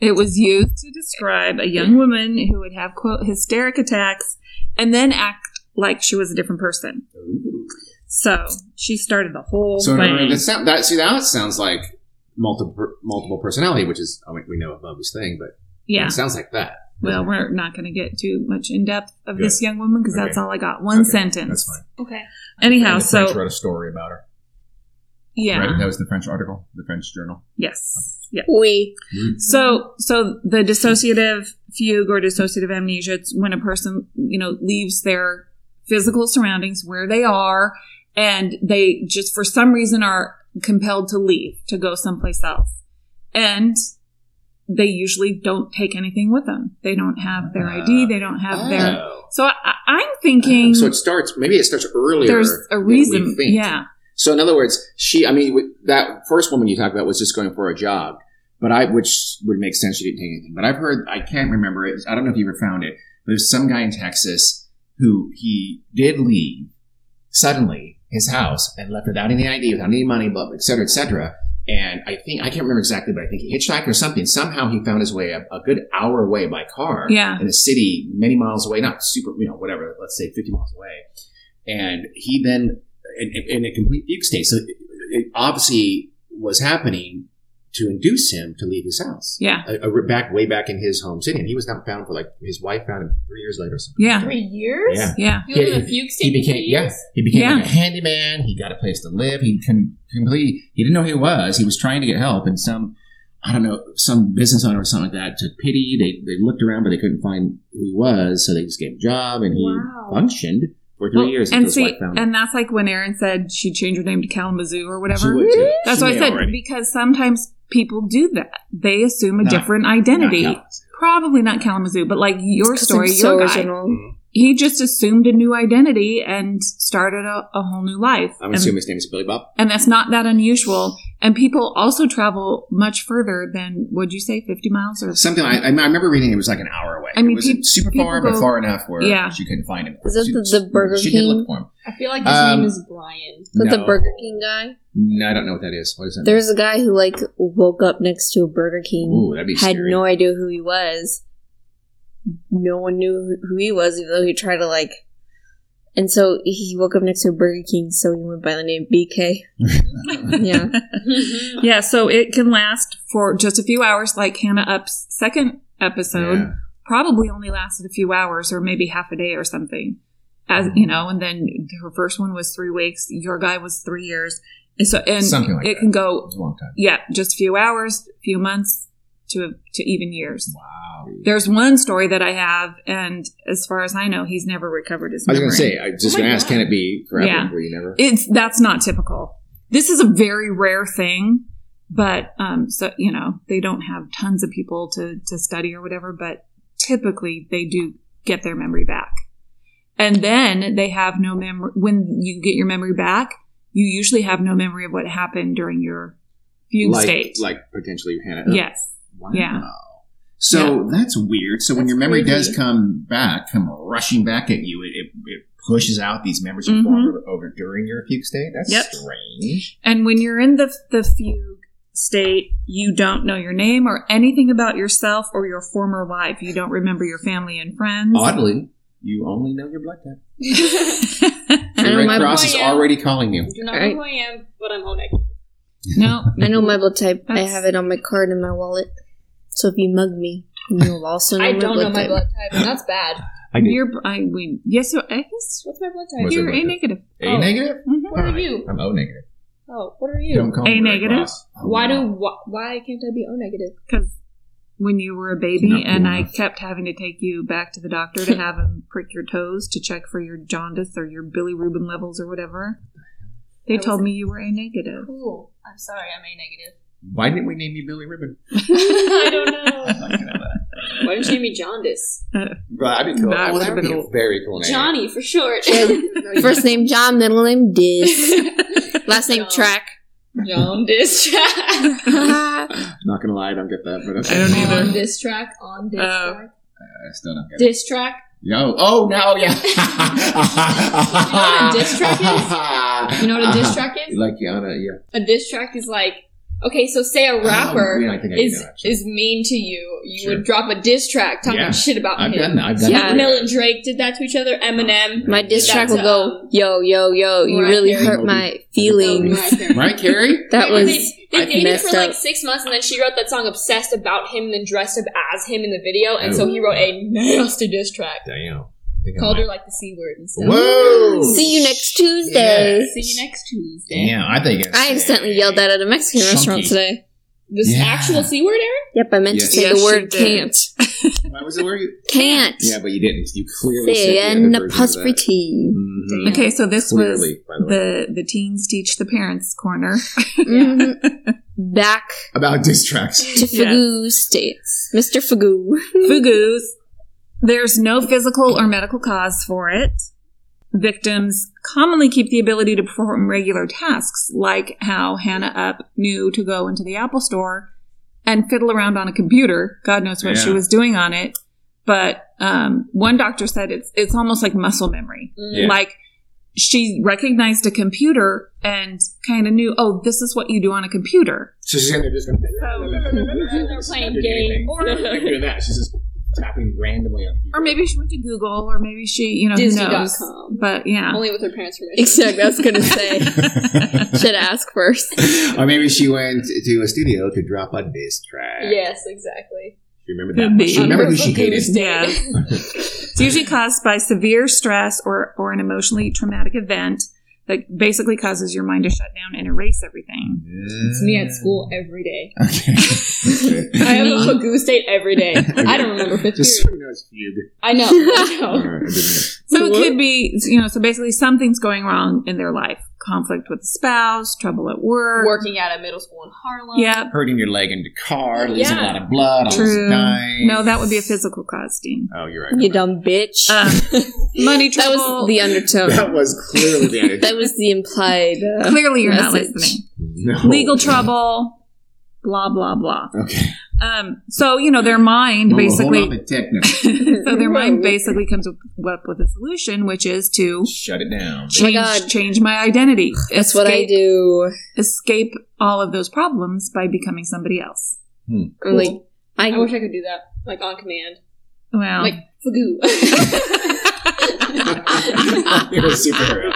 Speaker 1: it was used to describe a young woman who would have, quote, hysteric attacks and then act like she was a different person. So she started the whole
Speaker 4: So no, no,
Speaker 1: thing.
Speaker 4: that, sound, that see that sounds like multiple multiple personality, which is I mean, we know a bogus thing, but
Speaker 1: Yeah.
Speaker 4: it sounds like that.
Speaker 1: Well, we're not going to get too much in depth of
Speaker 4: Good.
Speaker 1: this young woman because that's
Speaker 4: Okay.
Speaker 1: all I got. One
Speaker 4: Okay,
Speaker 1: sentence.
Speaker 7: that's fine
Speaker 5: Okay.
Speaker 1: Anyhow,
Speaker 7: And the French
Speaker 1: so
Speaker 7: wrote a story about her
Speaker 1: yeah,
Speaker 7: right that was the French article the French journal
Speaker 1: yes, yeah.
Speaker 3: We.
Speaker 1: So, so the dissociative fugue or dissociative amnesia, it's when a person you know leaves their physical surroundings where they are, and they just for some reason are compelled to leave to go someplace else, and they usually don't take anything with them. They don't have their ID. They don't have their.
Speaker 4: Oh.
Speaker 1: So I, I- I'm thinking.
Speaker 4: Ah. So it starts. Maybe it starts earlier.
Speaker 1: there's a
Speaker 4: than we
Speaker 1: reason.
Speaker 4: think.
Speaker 1: Yeah.
Speaker 4: So in other words, she. I mean, with- that first woman you talked about was just going for a jog, but I, which would make sense. She didn't take anything. But I've heard. I can't remember it. I don't know if you ever found it. But there's some guy in Texas who he did leave suddenly his house and left without any ID, without any money, blah, blah, et cetera, et cetera. And I think I can't remember exactly, but I think he hitchhiked or something. Somehow he found his way a, a good hour away by car
Speaker 1: Yeah.
Speaker 4: in a city many miles away, not super, you know, whatever, let's say 50 miles away. And he then, in, in- in a complete fugue state, so it, it obviously was happening to induce him to leave his house.
Speaker 1: Yeah.
Speaker 4: A, a- back way back in his home city, and he was not found for like his wife found him three years later. Or something.
Speaker 1: Yeah.
Speaker 5: Three years?
Speaker 4: Yeah.
Speaker 1: Yeah.
Speaker 5: You live
Speaker 4: Yeah,
Speaker 5: in a fugue state?
Speaker 4: He became
Speaker 5: for
Speaker 4: yeah.
Speaker 5: years?
Speaker 4: He became
Speaker 1: Yeah.
Speaker 4: like a handyman. He got a place to live. He can completely. He didn't know who he was. He was trying to get help, and some I don't know some business owner or something like that took pity. They they looked around, but they couldn't find who he was, so they just gave him a job, and he
Speaker 5: Wow.
Speaker 4: functioned for three
Speaker 1: Well,
Speaker 4: years. until
Speaker 1: and
Speaker 4: his
Speaker 1: see,
Speaker 4: wife found him.
Speaker 1: and that's like when Erin said she'd change her name to Kalamazoo or
Speaker 4: She
Speaker 1: whatever.
Speaker 4: would too.
Speaker 1: That's
Speaker 4: She
Speaker 1: why I
Speaker 4: may
Speaker 1: said
Speaker 4: already.
Speaker 1: because sometimes people do that. They assume a
Speaker 4: Not-
Speaker 1: different
Speaker 4: Not
Speaker 1: identity.
Speaker 4: Kalamazoo.
Speaker 1: Probably not Kalamazoo, but like your
Speaker 3: 'Cause
Speaker 1: story,
Speaker 3: I'm so
Speaker 1: your guy.
Speaker 3: original.
Speaker 1: he just assumed a new identity and started a, a whole new life.
Speaker 6: I'm
Speaker 1: and,
Speaker 6: assuming his name is Billy Bob.
Speaker 1: and that's not that unusual. And people also travel much further than would you say fifty miles or
Speaker 4: Something I, I remember reading it was like an hour away.
Speaker 1: I mean,
Speaker 4: it wasn't
Speaker 1: peop-
Speaker 4: super
Speaker 1: people
Speaker 4: far, but
Speaker 1: go-
Speaker 4: far enough where
Speaker 1: Yeah.
Speaker 4: she couldn't find him.
Speaker 3: Is that
Speaker 4: She-
Speaker 3: the- the Burger
Speaker 4: she did
Speaker 3: King?
Speaker 4: look for him.
Speaker 5: I feel like his
Speaker 4: Um,
Speaker 5: name is Brian.
Speaker 3: But the
Speaker 4: No.
Speaker 3: Burger King guy?
Speaker 4: No, I don't know what that is. What is that?
Speaker 3: There's a guy who like woke up next to a Burger King,
Speaker 4: Ooh, that'd be
Speaker 3: had
Speaker 4: scary.
Speaker 3: no idea who he was. No one knew who he was, even though he tried to like. And so he woke up next to a Burger King, so he went by the name BK. yeah,
Speaker 1: Yeah, so it can last for just a few hours, like Hannah Up's second episode
Speaker 4: Yeah.
Speaker 1: probably only lasted a few hours or maybe half a day or something. As you know, and then her first one was three weeks, your guy was three years. And so and
Speaker 4: Something like
Speaker 1: it
Speaker 4: that.
Speaker 1: can
Speaker 4: It
Speaker 1: go
Speaker 4: was a long time.
Speaker 1: yeah, just a few hours, few months to to even years.
Speaker 4: Wow.
Speaker 1: There's one story that I have, and as far as I know, he's never recovered his
Speaker 6: I was
Speaker 1: memory.
Speaker 6: going to say, I was just
Speaker 5: Oh my
Speaker 6: going to ask,
Speaker 5: God.
Speaker 6: can it be forever?
Speaker 1: Yeah.
Speaker 6: Were you never?
Speaker 1: it's that's not typical. This is a very rare thing, but um, so you know they don't have tons of people to to study or whatever. But typically, they do get their memory back, and then they have no memory. When you get your memory back, you usually have no memory of what happened during your fugue
Speaker 6: like,
Speaker 1: state.
Speaker 6: like uh, potentially Hannah.
Speaker 1: yes,
Speaker 4: Wow.
Speaker 1: Yeah.
Speaker 4: So that's weird. So when
Speaker 5: That's
Speaker 4: your memory
Speaker 5: crazy.
Speaker 4: does come back, come rushing back at you, it, it, it pushes out these memories you
Speaker 1: Mhm.
Speaker 4: formed over, over during your puke state. That's
Speaker 1: Yep.
Speaker 4: strange.
Speaker 1: and when you're in the the fugue state, you don't know your name or anything about yourself or your former life. You don't remember your family and friends.
Speaker 4: Oddly, you only know your blood type.
Speaker 3: I
Speaker 4: The
Speaker 6: Mm,
Speaker 3: know
Speaker 4: Red
Speaker 3: my
Speaker 4: Cross is
Speaker 5: blood-
Speaker 4: already calling you.
Speaker 5: I do not
Speaker 3: Alright.
Speaker 5: know who I am, but I'm all neck.
Speaker 1: no,
Speaker 3: I know my blood type. I
Speaker 1: That's-
Speaker 3: have it on my card in my wallet. So if you mug me, you'll also know
Speaker 5: I
Speaker 3: my
Speaker 5: don't
Speaker 3: blood
Speaker 5: know my
Speaker 3: type.
Speaker 5: blood type, and that's bad.
Speaker 4: I
Speaker 1: You're, I mean, yes, so I guess
Speaker 5: What's my blood type?
Speaker 4: Was it
Speaker 1: you're
Speaker 4: like
Speaker 1: A
Speaker 4: that?
Speaker 1: negative.
Speaker 4: A
Speaker 5: Oh.
Speaker 4: negative?
Speaker 1: Mhm.
Speaker 5: What are you?
Speaker 4: I'm O negative.
Speaker 5: Oh, what are
Speaker 4: Don't
Speaker 5: you?
Speaker 4: call
Speaker 1: A
Speaker 4: me Red
Speaker 1: negative?
Speaker 4: Cross. Oh,
Speaker 5: Why do
Speaker 4: wow.
Speaker 5: why, why can't I be O negative?
Speaker 1: Because when you were a baby
Speaker 4: Not cool
Speaker 1: and I
Speaker 4: enough.
Speaker 1: kept having to take you back to the doctor to have him prick your toes to check for your jaundice or your bilirubin levels or whatever, they
Speaker 5: I
Speaker 1: told
Speaker 5: wasn't-
Speaker 1: me you were A negative.
Speaker 5: Cool. I'm sorry, I'm A negative.
Speaker 4: Why didn't we name you Billy Ribbon?
Speaker 5: I don't know.
Speaker 4: Like, you know, that.
Speaker 5: Why didn't you name me Jaundice?
Speaker 6: But I'd be cool.
Speaker 1: That
Speaker 6: well,
Speaker 1: would've
Speaker 6: that'd
Speaker 1: been
Speaker 6: be a
Speaker 1: cool.
Speaker 6: very cool name.
Speaker 5: Johnny for short.
Speaker 3: First name John, middle name Diz, last name
Speaker 5: John.
Speaker 3: Track.
Speaker 5: Jaundice track.
Speaker 6: Not going to lie, I don't get that. But okay.
Speaker 1: I don't either.
Speaker 5: on this track. On this
Speaker 1: Oh.
Speaker 5: track.
Speaker 4: I still don't get it.
Speaker 5: Diss track.
Speaker 4: Yo. Oh, now, yeah.
Speaker 5: You know what a diss track is?
Speaker 4: is?
Speaker 5: You know what a
Speaker 4: Uh-huh.
Speaker 5: diss track is?
Speaker 4: Like, yeah, yeah.
Speaker 5: A diss track is like okay, so say a rapper
Speaker 4: Oh, yeah, I think I do
Speaker 5: is
Speaker 4: know, actually.
Speaker 5: is mean to you. You
Speaker 4: Sure.
Speaker 5: would drop a diss track talking
Speaker 4: Yeah.
Speaker 5: shit about
Speaker 4: I've
Speaker 5: him.
Speaker 4: done that. I've done
Speaker 3: Yeah.
Speaker 4: that.
Speaker 5: Mill and Drake did that to each other. Eminem.
Speaker 3: My diss
Speaker 5: Yeah.
Speaker 3: track will go, yo, yo, yo, you
Speaker 5: Mariah
Speaker 3: really
Speaker 5: Carey.
Speaker 3: hurt my
Speaker 5: uh, Oh,
Speaker 3: feelings.
Speaker 5: Mariah Carey.
Speaker 4: Right, Carrie?
Speaker 3: That
Speaker 5: Wait,
Speaker 3: was
Speaker 5: they, they
Speaker 3: I
Speaker 5: dated for
Speaker 3: messed
Speaker 5: like
Speaker 3: up.
Speaker 5: six months, and then she wrote that song "Obsessed" about him, and then dressed up as him in the video, and so
Speaker 4: Oh.
Speaker 5: he wrote a nasty diss track.
Speaker 4: Damn. I think I
Speaker 5: Called
Speaker 4: might-
Speaker 5: her like the c word and stuff.
Speaker 4: Whoa!
Speaker 3: see you next Tuesday.
Speaker 4: Yes.
Speaker 5: See you next Tuesday.
Speaker 4: Damn, I think it's-
Speaker 3: I accidentally yelled that at a Mexican
Speaker 4: Chunky.
Speaker 3: restaurant today.
Speaker 5: This
Speaker 4: Yeah.
Speaker 5: actual c word, Eric.
Speaker 3: Yep, I meant
Speaker 4: Yes.
Speaker 3: to say
Speaker 1: Yes,
Speaker 3: the
Speaker 1: you
Speaker 3: word
Speaker 1: did.
Speaker 3: can't.
Speaker 6: Why was it where you?
Speaker 3: Can't.
Speaker 6: Yeah, but you didn't. You clearly
Speaker 3: Say
Speaker 6: said the
Speaker 3: an
Speaker 6: other version of
Speaker 3: apostrophe
Speaker 6: that.
Speaker 3: T.
Speaker 6: Mhm.
Speaker 1: Okay, so this
Speaker 6: Clearly, by the
Speaker 1: was
Speaker 6: way.
Speaker 1: the the teens teach the parents corner.
Speaker 3: Mhm. Back
Speaker 4: About diss tracks.
Speaker 3: to
Speaker 1: Yeah.
Speaker 3: Fagoo states. Mr. Fagoo.
Speaker 1: Fugus. There's no physical or medical cause for it. Victims commonly keep the ability to perform regular tasks, like how Hannah Up knew to go into the Apple store and fiddle around on a computer. God knows what she
Speaker 4: Yeah.
Speaker 1: was doing on it. But um, one doctor said it's it's almost like muscle memory.
Speaker 4: Yeah.
Speaker 1: Like she recognized a computer and kind of knew, oh, this is what you do on a computer.
Speaker 6: So she's in there just going.
Speaker 5: They're playing games.
Speaker 6: doing that. She's just tapping randomly on.
Speaker 1: Or maybe she went to Google, or maybe she, you know, who knows.
Speaker 5: Disney.com.
Speaker 1: But yeah.
Speaker 5: Only with her parents' permission.
Speaker 3: Exactly, I was going to say. Should ask first.
Speaker 6: or maybe she went to a studio to drop a diss track.
Speaker 5: Yes, exactly.
Speaker 6: You remember
Speaker 1: Could
Speaker 6: that?
Speaker 1: be.
Speaker 6: She remember who she
Speaker 5: Remember
Speaker 6: hated.
Speaker 5: who-
Speaker 1: Yeah. it's usually caused by severe stress or, or an emotionally traumatic event that basically causes your mind to shut down and erase everything.
Speaker 5: It's me at school every day.
Speaker 4: Okay.
Speaker 5: I have a Magoo state every day. I don't remember fifth
Speaker 6: Just
Speaker 5: period.
Speaker 6: so you know, it's feud.
Speaker 5: I know. I
Speaker 6: All
Speaker 5: know.
Speaker 6: right, I didn't know.
Speaker 1: So it could be, you know, so basically something's going wrong in their life conflict with spouse, trouble at work.
Speaker 5: Working at a middle school in Harlem.
Speaker 1: Yep.
Speaker 4: Hurting your leg in the car, losing a
Speaker 5: Yeah.
Speaker 4: lot of blood,
Speaker 1: True.
Speaker 4: almost dying.
Speaker 1: No, that would be a physical cause, Dean.
Speaker 4: Oh, you're right.
Speaker 3: You dumb bitch.
Speaker 5: Uh,
Speaker 1: Um, money
Speaker 3: that
Speaker 1: trouble.
Speaker 3: was the undertone.
Speaker 4: That was clearly the energy.
Speaker 3: that was the implied. Uh,
Speaker 1: Clearly, you're not
Speaker 3: Message.
Speaker 1: listening.
Speaker 4: No.
Speaker 1: Legal trouble. Blah blah blah.
Speaker 4: Okay.
Speaker 1: Um, so you know their mind
Speaker 8: Well, well, Hold
Speaker 1: basically.
Speaker 8: on to techno.
Speaker 1: so their mind basically comes up up with a solution, which is to
Speaker 8: Shut it down.
Speaker 3: Oh my
Speaker 1: change
Speaker 3: God.
Speaker 1: change my identity.
Speaker 3: that's what I
Speaker 1: Escape-
Speaker 3: do.
Speaker 1: Escape all of those problems by becoming somebody else.
Speaker 3: I'm like, I,
Speaker 5: I wish I could do that, like on command,
Speaker 1: Well,
Speaker 5: like fagoo.
Speaker 4: You're a superhero.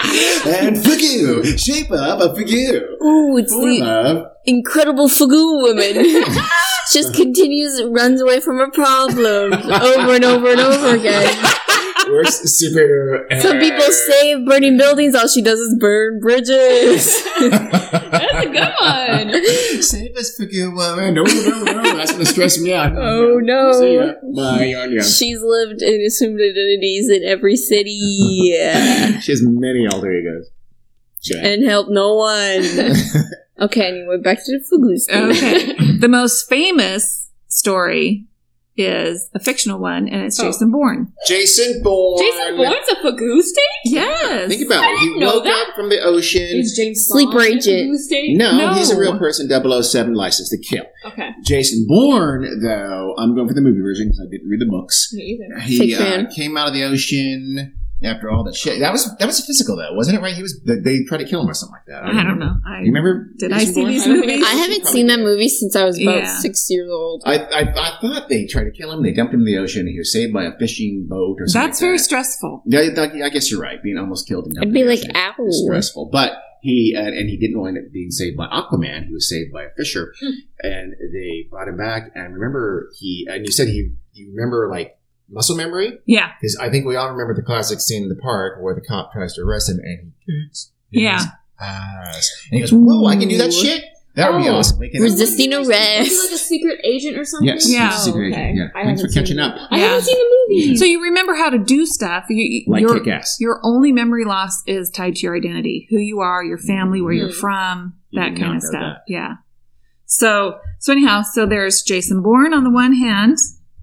Speaker 4: And fuck you! Shape up a fuck you!
Speaker 3: ooh, it's
Speaker 4: For
Speaker 3: the
Speaker 4: love.
Speaker 3: incredible Fugu woman. Just continues, runs away from her problems over and over and over again.
Speaker 4: Worst superhero ever.
Speaker 3: Some people save burning buildings. All she does is burn bridges.
Speaker 5: That's a good one.
Speaker 4: Save us, fuck you, woman. No, no, no. That's gonna stress me out.
Speaker 3: Oh, no.
Speaker 4: See ya. Bye, on ya.
Speaker 3: She's lived in assumed identities in every city
Speaker 4: She has many alter egos. Jack.
Speaker 3: and helped no one. Okay, anyway, back to the Fugu story.
Speaker 1: okay. the most famous story is a fictional one, and it's
Speaker 5: Oh.
Speaker 1: Jason Bourne.
Speaker 4: Jason Bourne.
Speaker 5: Jason Bourne's a fagoo state.
Speaker 1: Yes.
Speaker 4: Think about it. He
Speaker 5: didn't know
Speaker 4: woke
Speaker 5: that.
Speaker 4: up from the ocean.
Speaker 5: Is James
Speaker 3: Sleeper
Speaker 5: Bond a
Speaker 3: agent.
Speaker 5: fagoo state?
Speaker 4: No,
Speaker 1: No.
Speaker 4: he's a real person, 007 license to kill.
Speaker 5: Okay.
Speaker 4: Jason Bourne, though, I'm going for the movie version because I didn't read the books.
Speaker 5: Me either.
Speaker 4: He
Speaker 3: Fake
Speaker 4: uh,
Speaker 3: fan.
Speaker 4: came out of the ocean after all that shit. That was that was physical though, wasn't it? Right? He was. They, they tried to kill him or something like that.
Speaker 1: I don't know. I,
Speaker 4: You remember?
Speaker 1: did I
Speaker 4: Jason
Speaker 1: see
Speaker 4: Bourne?
Speaker 1: these
Speaker 5: I don't think
Speaker 1: movies?
Speaker 3: I haven't seen that movie since I was about
Speaker 1: Yeah.
Speaker 3: six years old.
Speaker 4: I, I, I thought they tried to kill him. They dumped him in the ocean. and He was saved by a fishing boat or something.
Speaker 1: That's very
Speaker 4: like
Speaker 1: stressful.
Speaker 4: that. Yeah, I I guess you're right. Being almost killed. And dumped
Speaker 3: I'd
Speaker 4: in
Speaker 3: be
Speaker 4: the
Speaker 3: like,
Speaker 4: ocean.
Speaker 3: ow.
Speaker 4: It's stressful. But he and, and he didn't wind up being saved by Aquaman. He was saved by a fisher, and they brought him back. And remember, he and you said he you remember like muscle memory
Speaker 1: Yeah.
Speaker 4: because I think we all remember the classic scene in the park where the cop tries to arrest him and he kicks his
Speaker 1: Yeah.
Speaker 4: ass. And he goes, "Whoa, I can do that shit. That would be
Speaker 5: Oh.
Speaker 4: awesome. We can
Speaker 3: Resisting
Speaker 5: Is he like a
Speaker 3: arrest.
Speaker 5: secret agent or something?
Speaker 4: Yes,
Speaker 1: Yeah.
Speaker 4: he's a secret agent.
Speaker 5: okay.
Speaker 4: Yeah.
Speaker 5: I
Speaker 4: Thanks for
Speaker 5: haven't seen
Speaker 4: catching
Speaker 5: it.
Speaker 4: up.
Speaker 5: I
Speaker 1: Yeah.
Speaker 5: haven't seen the movie.
Speaker 1: So you remember how to do stuff. You,
Speaker 4: like
Speaker 1: your,
Speaker 4: kick ass.
Speaker 1: your only memory loss is tied to your identity, who you are, your family, where you're
Speaker 5: Mhm.
Speaker 1: from,
Speaker 4: You
Speaker 1: that
Speaker 4: did
Speaker 1: kind
Speaker 4: not
Speaker 1: of
Speaker 4: know
Speaker 1: stuff.
Speaker 4: that.
Speaker 1: Yeah. So so anyhow, so there's Jason Bourne on the one hand,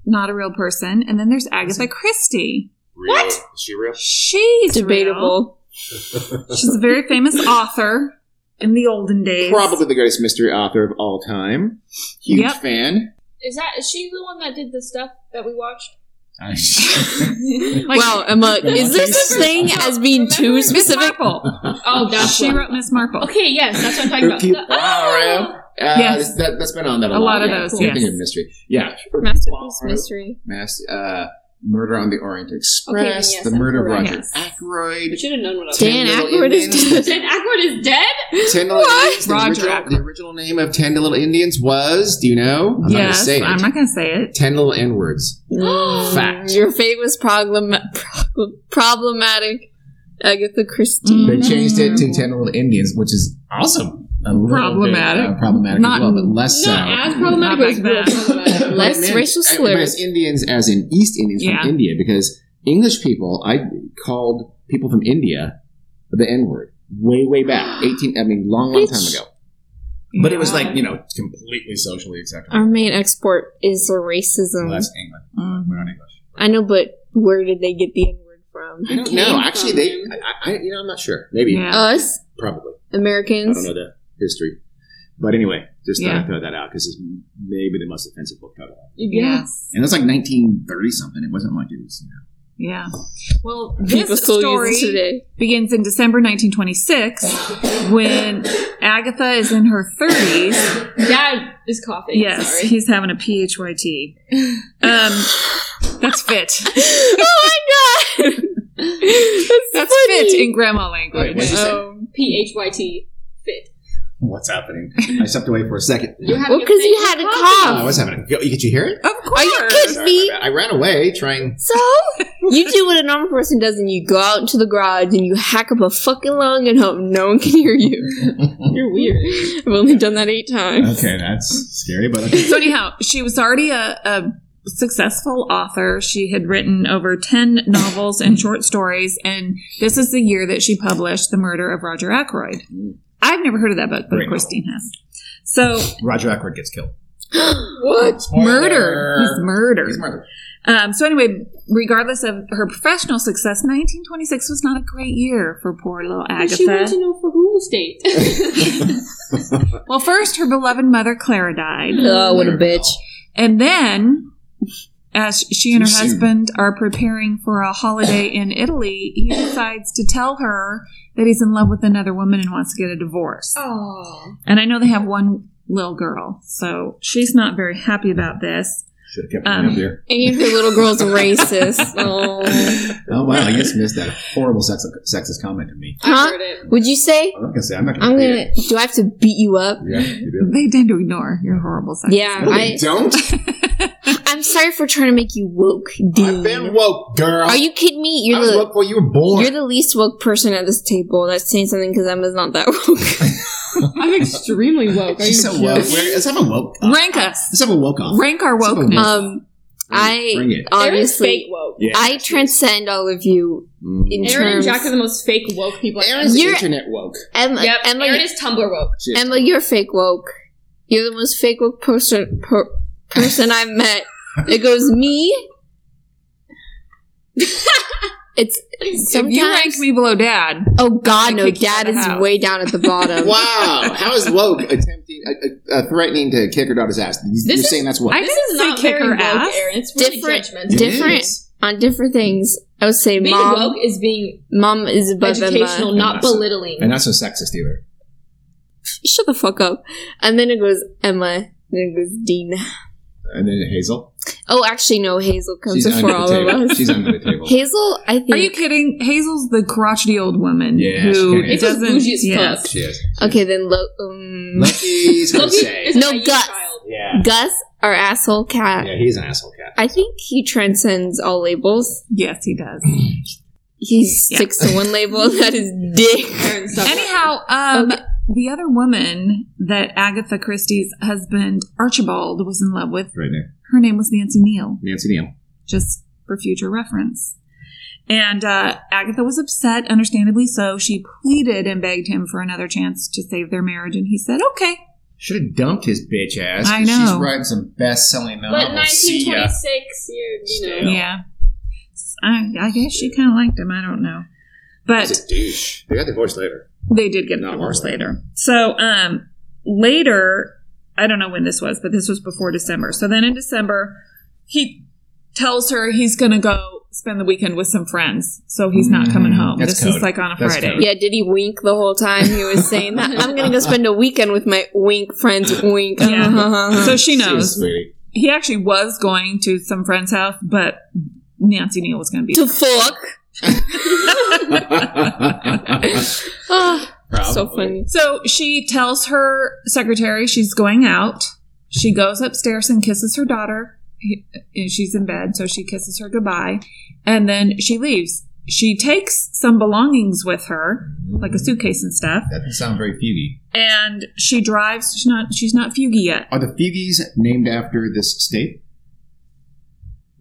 Speaker 1: not a real person, and then there's Agatha Christie.
Speaker 4: What? Is she real?
Speaker 1: She's real.
Speaker 3: Debatable.
Speaker 1: She's a very famous author in the olden days.
Speaker 4: Probably the greatest mystery author of all time. Huge
Speaker 1: Yep.
Speaker 4: fan.
Speaker 5: is that is she the one that did the stuff that we watched?
Speaker 1: Like,
Speaker 3: wow, Emma, is there such thing as being too
Speaker 5: Miss
Speaker 1: Miss
Speaker 3: specific?
Speaker 1: Marple.
Speaker 5: Oh, that's
Speaker 1: she
Speaker 5: what-
Speaker 1: wrote Miss Marple.
Speaker 5: Okay, yes, that's what I'm talking
Speaker 4: Her
Speaker 5: about.
Speaker 4: cute
Speaker 5: The-
Speaker 4: wow,
Speaker 5: ah!
Speaker 4: Uh,
Speaker 1: Yes.
Speaker 4: this- that, that's been on that a,
Speaker 1: A lot of
Speaker 4: yeah.
Speaker 1: those,
Speaker 4: Same thing
Speaker 1: yes.
Speaker 4: with mystery. Yeah.
Speaker 3: Masterpiece mystery.
Speaker 4: Mass, uh, Murder on the Orient
Speaker 5: Okay, then
Speaker 4: Express.
Speaker 5: yes,
Speaker 4: the
Speaker 5: that's
Speaker 4: murder of
Speaker 5: correct.
Speaker 4: Roger
Speaker 1: Yes.
Speaker 5: You
Speaker 4: Ackroyd.
Speaker 5: should have known what I was
Speaker 3: Dan
Speaker 4: Ten Little
Speaker 3: Aykroyd is
Speaker 4: Indians.
Speaker 3: dead.
Speaker 5: Dan Aykroyd is dead?
Speaker 4: Ten Little Indians. The
Speaker 1: Roger
Speaker 4: original,
Speaker 1: Ackroyd.
Speaker 4: the original name of Ten Little Indians was, do you know? I'm not going to
Speaker 1: yes,
Speaker 4: say it.
Speaker 1: I'm not going to say it.
Speaker 4: Ten Little N words.
Speaker 3: Mm,
Speaker 4: Fact.
Speaker 3: Your famous problem, problem problematic Agatha Christie.
Speaker 1: Mm.
Speaker 4: They changed it to Ten Little Indians, which is awesome. A little bit,
Speaker 1: Problematic.
Speaker 4: uh, problematic
Speaker 1: Not-
Speaker 4: as well, but less so.
Speaker 5: Not as problematic, but it's
Speaker 1: Not like
Speaker 5: real problematic.
Speaker 3: Less racial
Speaker 4: I- but
Speaker 3: slurs.
Speaker 4: As Indians, as in East Indians
Speaker 1: Yeah.
Speaker 4: from India, because English people, I called people from India the N word way, way back, eighteen. I mean, long, long time
Speaker 3: Bitch.
Speaker 4: ago. But it was like you know, completely socially acceptable.
Speaker 3: Our main export is racism.
Speaker 4: Well, that's England.
Speaker 1: Mhm.
Speaker 4: We're not English.
Speaker 3: I know, but where did they get the N word from?
Speaker 4: I don't
Speaker 5: Came
Speaker 4: know.
Speaker 5: from
Speaker 4: Actually, they.
Speaker 5: him.
Speaker 4: I, I, you know, I'm not sure. Maybe.
Speaker 1: Yeah.
Speaker 3: Us
Speaker 4: Probably. I
Speaker 3: Americans.
Speaker 4: don't know the history. But anyway, just thought
Speaker 1: Yeah.
Speaker 4: I'd throw that out because it's maybe the most offensive book title.
Speaker 1: Yes.
Speaker 4: And it was like 1930 something. It wasn't like it was, you know.
Speaker 1: Yeah. Well,
Speaker 3: People
Speaker 1: this
Speaker 3: still use it
Speaker 1: story
Speaker 3: today.
Speaker 1: begins in December 1926 when Agatha is in her 30s.
Speaker 5: Dad is coughing.
Speaker 1: Yes,
Speaker 5: Sorry.
Speaker 1: he's having a PHYT. Um, that's fit.
Speaker 3: oh my god! That's,
Speaker 1: That's fit in grandma language.
Speaker 4: Wait, what'd you say?
Speaker 5: Um, P H Y T. Fit.
Speaker 4: What's happening? I stepped away for a second.
Speaker 5: You're having
Speaker 3: Well,
Speaker 5: a
Speaker 3: because
Speaker 5: fit.
Speaker 3: you had a
Speaker 4: Oh,
Speaker 3: cough.
Speaker 4: what's happening? Yo, Could you hear it?
Speaker 1: Of course.
Speaker 3: Are you kidding me?
Speaker 4: I ran away trying.
Speaker 3: So you do what a normal person does, and you go out into the garage and you hack up a fucking lung and hope no one can hear you. You're weird. I've only done that eight times.
Speaker 4: Okay, that's scary, but okay.
Speaker 1: So anyhow, she was already a, a successful author. She had written over 10 novels and short stories, and this is the year that she published The Murder of Roger Ackroyd. I've never heard of that book, but
Speaker 4: Great
Speaker 1: Christine has. So,
Speaker 4: Roger Ackroyd gets killed.
Speaker 3: What?
Speaker 1: murder. He's murdered.
Speaker 4: He's murdered.
Speaker 1: Um, so anyway, regardless of her professional success, 1926 was not a great year for poor little
Speaker 5: But she went
Speaker 1: Agatha.
Speaker 5: to Norfolk State.
Speaker 1: Well, first her beloved mother Clara died,
Speaker 3: Oh, what a bitch.
Speaker 1: and then as she and her
Speaker 4: Too soon.
Speaker 1: husband are preparing for a holiday in Italy, he decides to tell her that he's in love with another woman and wants to get a divorce.
Speaker 5: oh,
Speaker 1: And I know they have one little girl, so she's not very happy about this.
Speaker 4: Should have kept
Speaker 1: Um,
Speaker 4: him up here.
Speaker 3: And if the little girl's racist. Oh.
Speaker 4: Oh wow, you just missed that horrible sex- sexist comment to me.
Speaker 3: Huh?
Speaker 5: I heard it.
Speaker 3: Would you say?
Speaker 4: I'm not gonna say. I'm not gonna.
Speaker 3: I'm
Speaker 4: read
Speaker 3: gonna. Do I have to beat you up?
Speaker 4: it. Yeah, you do.
Speaker 1: They tend to ignore your horrible sex.
Speaker 3: Yeah,
Speaker 6: Well, they
Speaker 3: I,
Speaker 6: don't.
Speaker 3: I'm sorry for trying to make you woke,
Speaker 6: I've
Speaker 3: dude.
Speaker 6: been woke, girl.
Speaker 3: Are you kidding me?
Speaker 6: I
Speaker 3: You're
Speaker 6: was
Speaker 3: the
Speaker 6: woke before you were born.
Speaker 3: you're the least woke person at this table. That's saying something because I'm not that woke.
Speaker 5: I'm extremely woke. Are you
Speaker 4: She's so woke.
Speaker 5: joking?
Speaker 4: Where- Let's have a woke. Up.
Speaker 1: Rank us.
Speaker 4: Let's have a woke off.
Speaker 1: Rank our
Speaker 4: Let's have a
Speaker 1: wokeness.
Speaker 3: um,
Speaker 4: Bring
Speaker 3: I
Speaker 4: it.
Speaker 5: Aaron's fake
Speaker 3: obviously
Speaker 5: woke.
Speaker 4: Yeah.
Speaker 3: I transcend all of you in
Speaker 5: Aaron and
Speaker 3: terms.
Speaker 5: Jack are the most fake woke people. I've
Speaker 6: Aaron's
Speaker 3: You're-
Speaker 6: Mm. internet woke.
Speaker 3: Emma,
Speaker 5: Yep,
Speaker 3: Emma,
Speaker 5: Aaron is Tumblr woke.
Speaker 6: Shit.
Speaker 3: Emma, you're fake woke. You're the most fake woke person per, person I met. It goes me. it's sometimes.
Speaker 1: If you rank me below dad,
Speaker 3: oh God, no!
Speaker 1: kick you out
Speaker 3: Dad
Speaker 1: of the
Speaker 3: is
Speaker 1: house.
Speaker 3: way down at the bottom.
Speaker 6: Wow, how is woke attempting, uh, uh, threatening to kick her daughter's ass? You- You're
Speaker 5: This is-
Speaker 6: saying that's woke.
Speaker 1: I
Speaker 5: This
Speaker 1: didn't
Speaker 5: is
Speaker 1: say
Speaker 5: not
Speaker 1: kick
Speaker 5: very
Speaker 1: her
Speaker 5: woke,
Speaker 1: ass.
Speaker 5: Aaron. It's really
Speaker 3: Different-
Speaker 5: judgmental.
Speaker 3: different
Speaker 4: is.
Speaker 3: on different things. I would say
Speaker 5: Being
Speaker 3: mom.
Speaker 5: woke is being
Speaker 3: Mom is above
Speaker 5: educational,
Speaker 3: Emma.
Speaker 5: not
Speaker 4: That's-
Speaker 5: belittling.
Speaker 4: and not so sexist either.
Speaker 3: Shut the fuck up. And then it goes Emma. Then it goes Dean.
Speaker 4: And then Hazel.
Speaker 3: Oh, actually, no. Hazel comes
Speaker 4: She's under
Speaker 3: before
Speaker 4: the
Speaker 3: all
Speaker 4: table.
Speaker 3: of us.
Speaker 4: She's under the table.
Speaker 3: Hazel, I think.
Speaker 1: Are you kidding? Hazel's the crotchety old woman
Speaker 4: Yeah, she
Speaker 1: who
Speaker 4: kinda is.
Speaker 5: Hazel's
Speaker 1: doesn't.
Speaker 5: bougie as
Speaker 1: yes.
Speaker 5: fuck.
Speaker 4: She is.
Speaker 3: okay, then Lo- um,
Speaker 6: Lucky's gonna
Speaker 5: Loki
Speaker 6: say.
Speaker 5: is
Speaker 3: No,
Speaker 5: a naive
Speaker 3: guts.
Speaker 5: child.
Speaker 6: Yeah.
Speaker 3: Gus, our asshole cat.
Speaker 6: Yeah, he's an asshole cat.
Speaker 3: I think he transcends all labels.
Speaker 1: Yes, he does.
Speaker 3: He
Speaker 1: Yeah.
Speaker 3: sticks to one label. That is dick.
Speaker 5: Aaron sucks.
Speaker 1: Anyhow, um, the other woman that Agatha Christie's husband Archibald was in love with,
Speaker 4: Right there.
Speaker 1: her name was Nancy Neal,
Speaker 4: Nancy Neal.
Speaker 1: just for future reference. And uh, Agatha was upset, understandably so. She pleaded and begged him for another chance to save their marriage, and he said, "Okay."
Speaker 4: Should have dumped his bitch ass. 'cause
Speaker 1: I know.
Speaker 4: She's writing some best-selling novels.
Speaker 5: but
Speaker 4: Oh, See ya.
Speaker 5: 1926, you, you know.
Speaker 1: Yeah. I, I guess she kind of liked him. I don't know. But
Speaker 6: He's a douche. They got divorced later.
Speaker 1: they did get a
Speaker 6: Not
Speaker 1: divorce
Speaker 6: really.
Speaker 1: later. So um, later, I don't know when this was, but this was before December. So then in December, he tells her he's going to go spend the weekend with some friends. So he's not coming
Speaker 4: Mm,
Speaker 1: home.
Speaker 4: that's
Speaker 1: This
Speaker 4: code.
Speaker 1: is like on a
Speaker 4: That's
Speaker 1: Friday.
Speaker 4: code.
Speaker 3: Yeah, did he wink the whole time he was saying that? I'm gonna go spend a weekend with my wink friends. Wink. Uh-huh,
Speaker 1: Yeah. So she
Speaker 6: Jeez,
Speaker 1: knows.
Speaker 6: lady.
Speaker 1: He actually was going to some friend's house, but Nancy Neal was going to be.
Speaker 3: to fuck. Ah, so funny.
Speaker 1: So she tells her secretary she's going out. She goes upstairs and kisses her daughter. He- She's in bed, so she kisses her goodbye. And then she leaves. She takes some belongings with her, like a suitcase and stuff,
Speaker 4: That doesn't sound very fugy.
Speaker 1: and she drives. She's not, she's not fugy yet.
Speaker 4: Are the Fugees named after this state?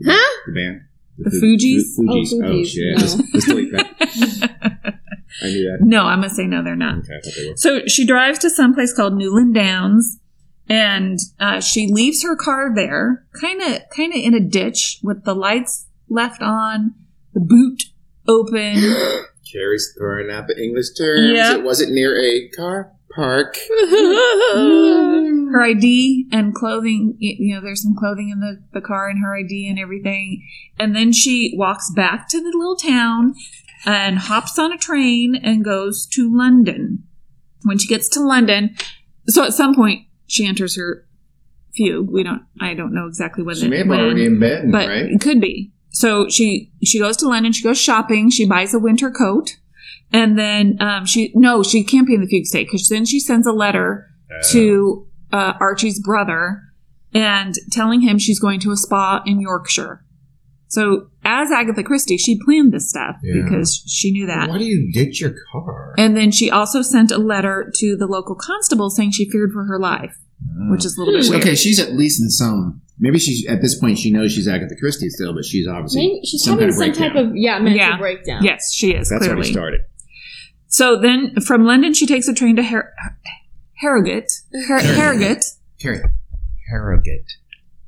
Speaker 3: Huh?
Speaker 4: The band?
Speaker 1: The
Speaker 4: Fu-
Speaker 1: Fugees?
Speaker 4: Fu- Fugees.
Speaker 5: Oh,
Speaker 4: Oh,
Speaker 5: Fugees.
Speaker 4: shit.
Speaker 5: No.
Speaker 4: Just, just delete that. I knew that.
Speaker 1: No, I'm going to say no, they're not.
Speaker 4: Okay, I thought they were.
Speaker 1: So she drives to some place called Newland Downs, and uh, she leaves her car there, kind of, kind of in a ditch with the lights left on, the boot open.
Speaker 6: Carrie's throwing out the English terms.
Speaker 1: Yeah.
Speaker 6: It wasn't near a car park.
Speaker 1: her ID and clothing, y- you know, there's some clothing in the, the car and her ID and everything. And then she walks back to the little town and hops on a train and goes to London. When she gets to London, so at some point she enters her fugue. We don't, I don't know exactly when
Speaker 4: She
Speaker 1: it-
Speaker 4: may have
Speaker 1: when,
Speaker 4: already in bed,
Speaker 1: but
Speaker 4: right?
Speaker 1: it could be. So she, she goes to London, she goes shopping, she buys a winter coat. And then um, she no, she can't be in the fugue state because then she sends a letter to uh, Archie's brother and telling him she's going to a spa in Yorkshire. So, as Agatha Christie, she planned this stuff
Speaker 4: Yeah.
Speaker 1: because she knew that.
Speaker 4: Why do you ditch your car?
Speaker 1: And then she also sent a letter
Speaker 4: Ah.
Speaker 1: to the local constable saying she feared for her life, which is a little bit weird.
Speaker 4: okay, she's at least in some Maybe she's at this point she knows she's Agatha Christie still, but she's obviously
Speaker 5: Maybe she's
Speaker 4: some kind
Speaker 5: having
Speaker 4: of
Speaker 5: some
Speaker 4: breakdown.
Speaker 5: type of yeah mental
Speaker 1: Yeah.
Speaker 5: breakdown.
Speaker 1: Yes, she is
Speaker 6: That's how we
Speaker 1: clearly.
Speaker 6: started.
Speaker 1: So then, from London, she takes a train to Har- Harrogate. Har- Harrogate.
Speaker 4: Carrie Harrogate.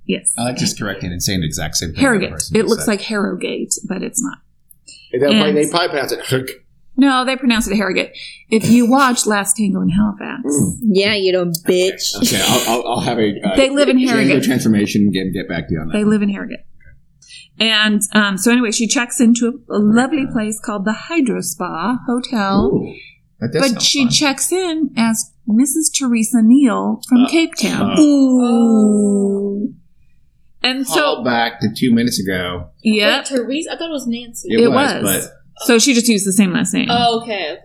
Speaker 1: Yes.
Speaker 4: I like just correcting and saying the exact same thing.
Speaker 1: Harrogate. It looks
Speaker 4: like.
Speaker 1: like Harrogate, but it's not.
Speaker 6: And they'll probably-
Speaker 1: And-
Speaker 6: they probably pronounce it Herk.
Speaker 1: No, they pronounce it Harrogate. If you watch Last Tango in Halifax,
Speaker 4: Mm.
Speaker 3: Yeah, you dumb bitch.
Speaker 4: Okay, I'll, I'll, I'll have a uh,
Speaker 1: they live in
Speaker 4: gender
Speaker 1: Harrogate.
Speaker 4: transformation and get, get back to you on that.
Speaker 1: They live in Harrogate. And um, so, anyway, she checks into a, a lovely place called the Hydro Spa Hotel.
Speaker 4: Ooh, that does
Speaker 1: but
Speaker 4: sound
Speaker 1: she
Speaker 4: fun.
Speaker 1: checks in as Mrs. Teresa Neal
Speaker 4: Uh,
Speaker 1: from Cape Town.
Speaker 3: Ooh.
Speaker 1: and
Speaker 4: Call
Speaker 1: so,
Speaker 4: back to two minutes ago.
Speaker 1: yeah.
Speaker 5: Wait, Therese? I thought it was Nancy.
Speaker 1: It was. So she just used the same last name.
Speaker 5: Oh, okay, okay.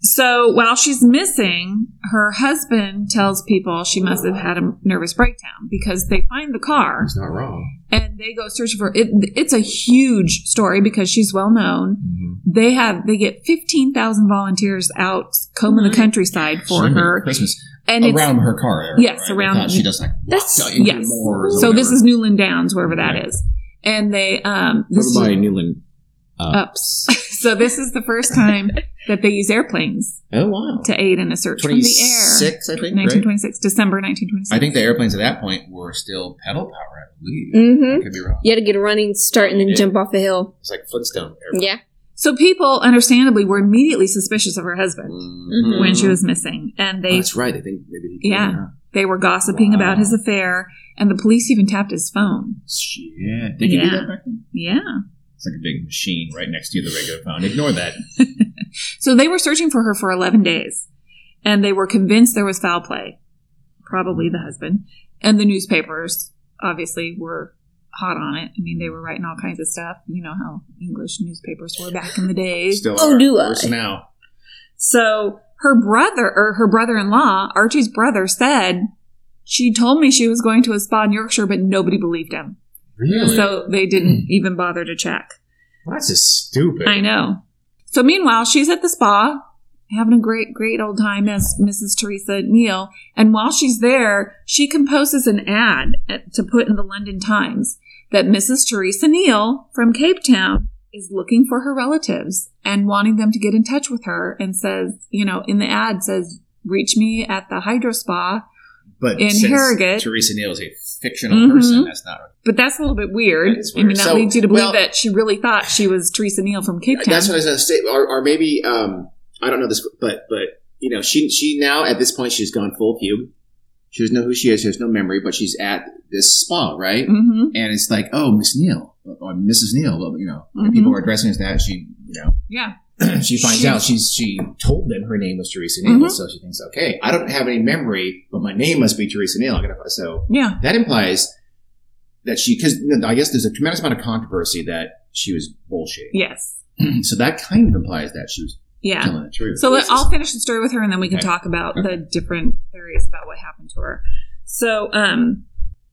Speaker 1: So while she's missing, her husband tells people she must have had a nervous breakdown because they find the car
Speaker 4: but it's not wrong.
Speaker 1: and they go searching for it. It's a huge story because she's well known. They have they get fifteen thousand volunteers out combing the countryside for
Speaker 4: She-
Speaker 1: her,
Speaker 4: Christmas
Speaker 1: and it's
Speaker 4: around her car area.
Speaker 1: Yes,
Speaker 4: right?
Speaker 1: around-
Speaker 4: Because She does like
Speaker 5: That's-
Speaker 4: walk into
Speaker 1: yes.
Speaker 4: Moors or
Speaker 1: so this
Speaker 4: whatever.
Speaker 1: is Newland Downs, wherever that is,
Speaker 4: Right.
Speaker 1: and they um this is-
Speaker 4: Over by Newland uh, Ups.
Speaker 1: so this is the first time that they use airplanes
Speaker 4: Oh wow,
Speaker 1: to aid in a search from the Uh, air.
Speaker 4: twenty-six. I think. Right?
Speaker 1: 1926, December 1926.
Speaker 4: I think the airplanes at that point were still pedal power. I believe.
Speaker 3: Mm-hmm.
Speaker 4: I could be wrong.
Speaker 3: You had to get a running start and then
Speaker 4: Yeah.
Speaker 3: jump off a hill.
Speaker 4: It's like Flintstone. Airplane.
Speaker 3: Yeah.
Speaker 1: So people, understandably, were immediately suspicious of her husband
Speaker 4: Mhm.
Speaker 1: when she was missing, and
Speaker 6: Mm-hmm. Oh,
Speaker 1: they
Speaker 6: that's right. I think maybe he
Speaker 1: Yeah. they were gossiping about his affair, and the police even tapped his phone.
Speaker 4: Shit. They could do
Speaker 1: Yeah.
Speaker 4: that back then.
Speaker 1: Yeah.
Speaker 4: It's like a big machine right next to the regular phone. Ignore that.
Speaker 1: So they were searching for her for 11 days, and they were convinced there was foul play, probably the husband, and the newspapers obviously were hot on it. I mean, they were writing all kinds of stuff. You know how English newspapers were back in the day.
Speaker 4: Still
Speaker 3: Oh,
Speaker 4: are.
Speaker 3: do
Speaker 4: Worse
Speaker 3: I?
Speaker 4: now.
Speaker 1: So her brother or her brother-in-law, Archie's brother, said she told me she was going to a spa in Yorkshire, but nobody believed him.
Speaker 4: Really?
Speaker 1: So they didn't even bother to check.
Speaker 4: That's just stupid.
Speaker 1: I know. So meanwhile, she's at the spa having a great, great old time as Mrs. Teresa Neal. And while she's there, she composes an ad at- to put in the London Times that Mrs. Teresa Neal from Cape Town is looking for her relatives and wanting them to get in touch with her and says, you know, in the ad says, reach me at the hydro spa.
Speaker 4: But
Speaker 1: In
Speaker 4: since
Speaker 1: Harrogate-
Speaker 4: Teresa Neal is a fictional
Speaker 1: Mhm.
Speaker 4: person. That's not.
Speaker 1: But that's a little bit weird.
Speaker 4: That is
Speaker 1: I mean,
Speaker 4: weird.
Speaker 1: that
Speaker 6: So,
Speaker 1: leads you to believe
Speaker 6: well-
Speaker 1: that she really thought she was Teresa Neal from Cape Town.
Speaker 6: That's what I was going to say. Or, or maybe um, I don't know this, but but you know, she she now at this point she's gone full fugue. She doesn't know who she is. She has no memory, but she's at this spa, right?
Speaker 1: hmm
Speaker 4: And it's like, oh, Miss Neal or Mrs. Neal. well, You know,
Speaker 1: Mhm.
Speaker 4: people are addressing as that. She, you know,
Speaker 1: Yeah.
Speaker 4: she finds
Speaker 1: She-
Speaker 4: out she's she told them her name was Teresa Neal,
Speaker 1: Mhm.
Speaker 4: so she thinks, okay, I don't have any memory, but my name must be Teresa Neal. I'm gonna so
Speaker 1: Yeah.
Speaker 4: that implies that she because I guess there's a tremendous amount of controversy that she was bullshitting.
Speaker 1: Yes.
Speaker 4: so that kind of implies that she was
Speaker 1: Yeah.
Speaker 4: telling the truth.
Speaker 1: So let,
Speaker 4: This is-
Speaker 1: I'll finish the story with her, and then we can
Speaker 4: Okay.
Speaker 1: talk about
Speaker 4: Okay.
Speaker 1: the different theories about what happened to her. So, um,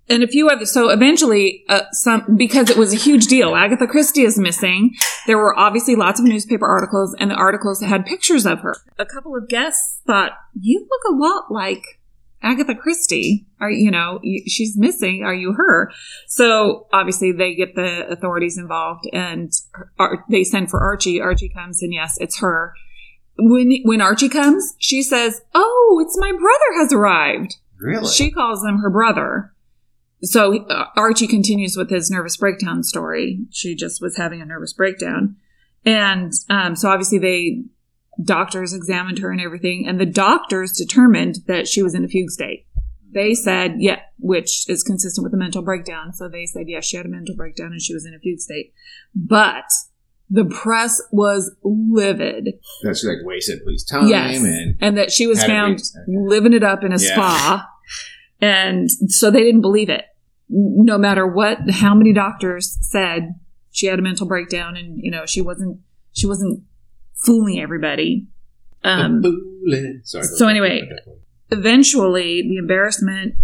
Speaker 1: and a few other. So eventually, uh, some because it was a huge deal. Agatha Christie is missing. There were obviously lots of newspaper articles, and the articles had pictures of her. A couple of guests thought you look a lot like Agatha Christie. Are you know you, she's missing? Are you her? So obviously they get the authorities involved, and Ar- they send for Archie. Archie comes, and yes, it's her when when Archie comes, she says, "Oh, it's my brother has arrived."
Speaker 4: really
Speaker 1: She calls him her brother. So uh, Archie continues with his nervous breakdown story. She just was having a nervous breakdown, and um, so obviously they doctors examined her and everything, and the doctors determined that she was in a fugue state. They said, yeah, which is consistent with a mental breakdown. So they said, yes, she had a mental breakdown and she was in a fugue state. But the press was livid
Speaker 4: that's like wasted police time
Speaker 1: yes.
Speaker 4: and
Speaker 1: that she was
Speaker 4: Had it
Speaker 1: found
Speaker 4: reached- okay.
Speaker 1: living it up in a
Speaker 4: Yeah.
Speaker 1: spa. And so they didn't believe it. No matter what, how many doctors said she had a mental breakdown and, you know, she wasn't, she wasn't fooling everybody. Um,
Speaker 4: Bullet. Sorry,
Speaker 1: so anyway- eventually the embarrassment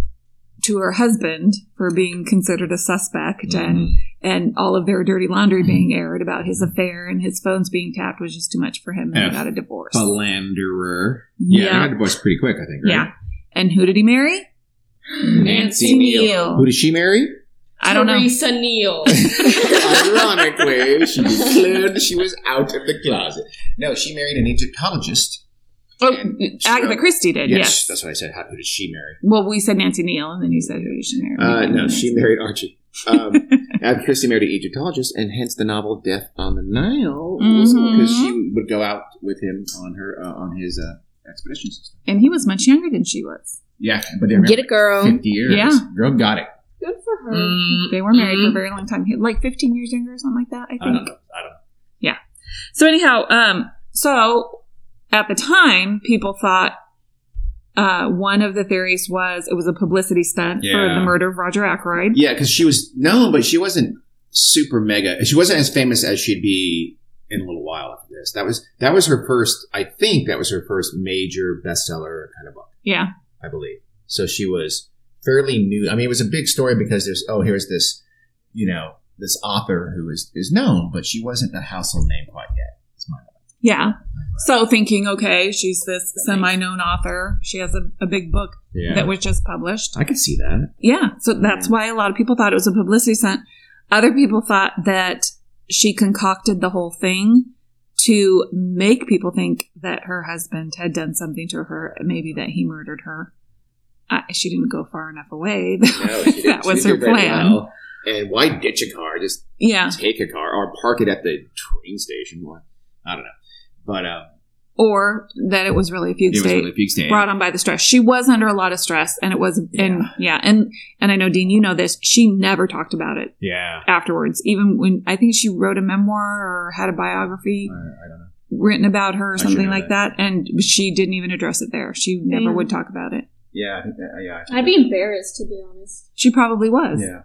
Speaker 1: to her husband for being considered a suspect
Speaker 4: Mm-hmm.
Speaker 1: and and all of their dirty laundry being aired about his affair and his phones being tapped was just too much for him and
Speaker 4: F.
Speaker 1: he got a divorce.
Speaker 4: philanderer.
Speaker 1: Yeah.
Speaker 4: Yeah, I got divorced pretty quick, I think. Right?
Speaker 1: Yeah. And who did he marry?
Speaker 4: Mm-hmm. Nancy Neal. Who did she marry?
Speaker 1: I don't know.
Speaker 5: Teresa Neal.
Speaker 4: Ironically, she declared she was out of the closet. No, she married an Egyptologist.
Speaker 1: Oh,
Speaker 4: And she
Speaker 1: Agatha
Speaker 4: wrote-
Speaker 1: Christie did,
Speaker 4: Yes,
Speaker 1: yes.
Speaker 4: that's what I said. How, who did she marry?
Speaker 1: Well, we said Nancy Neal, and then you said who did she marry?
Speaker 4: Uh, no, she married Archie. Um, Agatha Christie married an Egyptologist, and hence the novel "Death on the Nile," because
Speaker 1: Mhm.
Speaker 4: she would go out with him on her uh, on his uh, expeditions. and stuff.
Speaker 1: And he was much younger than she was.
Speaker 4: Yeah, but they're
Speaker 3: Get it, girl.
Speaker 4: fifty years.
Speaker 1: Yeah.
Speaker 4: girl got it.
Speaker 5: Good for her.
Speaker 1: They were married for a very long time, He- like 15 years younger or something like that, I think.
Speaker 4: Mm-hmm. I don't know. I don't.
Speaker 1: So anyhow, um, so at the time, people thought uh, one of the theories was it was a publicity stunt for
Speaker 4: Yeah.
Speaker 1: the murder of Roger Ackroyd.
Speaker 4: Yeah, because she was no, but she wasn't super mega. She wasn't as famous as she'd be in a little while after this. That was that was her first. I think that was her first major bestseller kind of book.
Speaker 1: Yeah.
Speaker 4: I believe. So she was fairly new. I mean, it was a big story because there's oh, here's this, you know, this author who is is known, but she wasn't a household name quite yet.
Speaker 1: Yeah. So thinking, okay, she's this semi-known author. She has a, a big book
Speaker 4: Yeah,
Speaker 1: that was just published.
Speaker 4: I could see that.
Speaker 1: Yeah. So that's why a lot of people thought it was a publicity stunt. Other people thought that she concocted the whole thing to make people think that her husband had done something to her, maybe that he murdered her. Uh, she didn't go far enough away. that was her plan.
Speaker 4: And why ditch a car? Just
Speaker 1: Yeah.
Speaker 4: take a car or park it at the train station. Why- I don't know, but um,
Speaker 1: Or that it was really a fugue
Speaker 4: it was
Speaker 1: state.
Speaker 4: really peak state.
Speaker 1: brought on by the stress. She was under a lot of stress and it was and yeah, and and I know Dean, you know this, she never talked about it
Speaker 4: Yeah,
Speaker 1: afterwards. Even when I think she wrote a memoir or had a biography
Speaker 4: I, I don't know.
Speaker 1: written about her or
Speaker 4: should
Speaker 1: something
Speaker 4: know
Speaker 1: like that. and she didn't even address it there. She never
Speaker 5: Damn.
Speaker 1: would talk about it.
Speaker 4: Yeah, I think that, yeah. I think
Speaker 5: I'd be embarrassed, to be honest.
Speaker 1: She probably was.
Speaker 4: Yeah.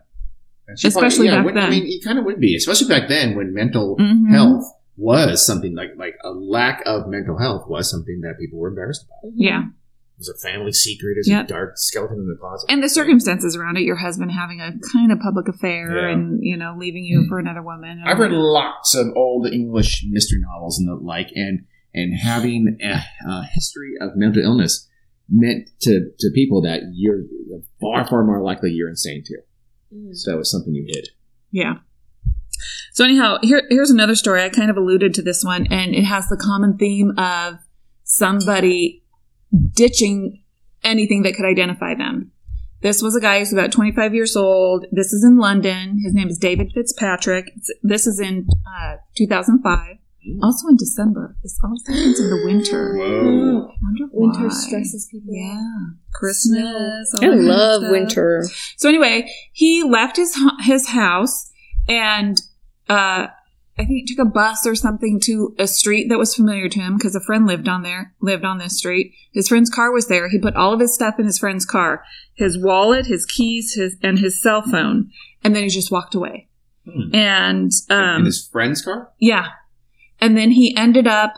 Speaker 4: And she
Speaker 1: Especially back
Speaker 4: when-
Speaker 1: then.
Speaker 4: I mean, you kind of would be, especially back then when mental
Speaker 1: Mhm.
Speaker 4: health was something like like a lack of mental health was something that people were embarrassed about.
Speaker 1: Yeah.
Speaker 4: It was a family secret, it was
Speaker 1: Yep.
Speaker 4: a dark skeleton in the closet.
Speaker 1: And the circumstances around it, your husband having a kind of public affair
Speaker 4: Yeah. Mm-hmm.
Speaker 1: and, you know, leaving you for another woman.
Speaker 4: I've read lots of old English mystery novels and the like, and and having a, a history of mental illness meant to, to people that you're far far more likely you're insane too. So it's something you hid.
Speaker 1: Yeah. So anyhow, here here's another story. I kind of alluded to this one, and it has the common theme of somebody ditching anything that could identify them. This was a guy who's about 25 years old. This is in London. His name is David Fitzpatrick. It's- This is in uh, 2005. Also in December. This always happens in the winter.
Speaker 4: Whoa.
Speaker 1: I wonder
Speaker 5: Winter
Speaker 1: why.
Speaker 5: stresses people.
Speaker 1: Yeah. Christmas. all
Speaker 3: I
Speaker 1: that
Speaker 3: love
Speaker 1: stuff.
Speaker 3: winter.
Speaker 1: So anyway, he left his hu- his house and uh, I think took a bus or something to a street that was familiar to him because a friend lived on there, lived on this street. His friend's car was there. He put all of his stuff in his friend's car, his wallet, his keys, his and his cell phone, and then he just walked away.
Speaker 4: Hmm.
Speaker 1: And um,
Speaker 4: in his friend's car?
Speaker 1: yeah. And then he ended up,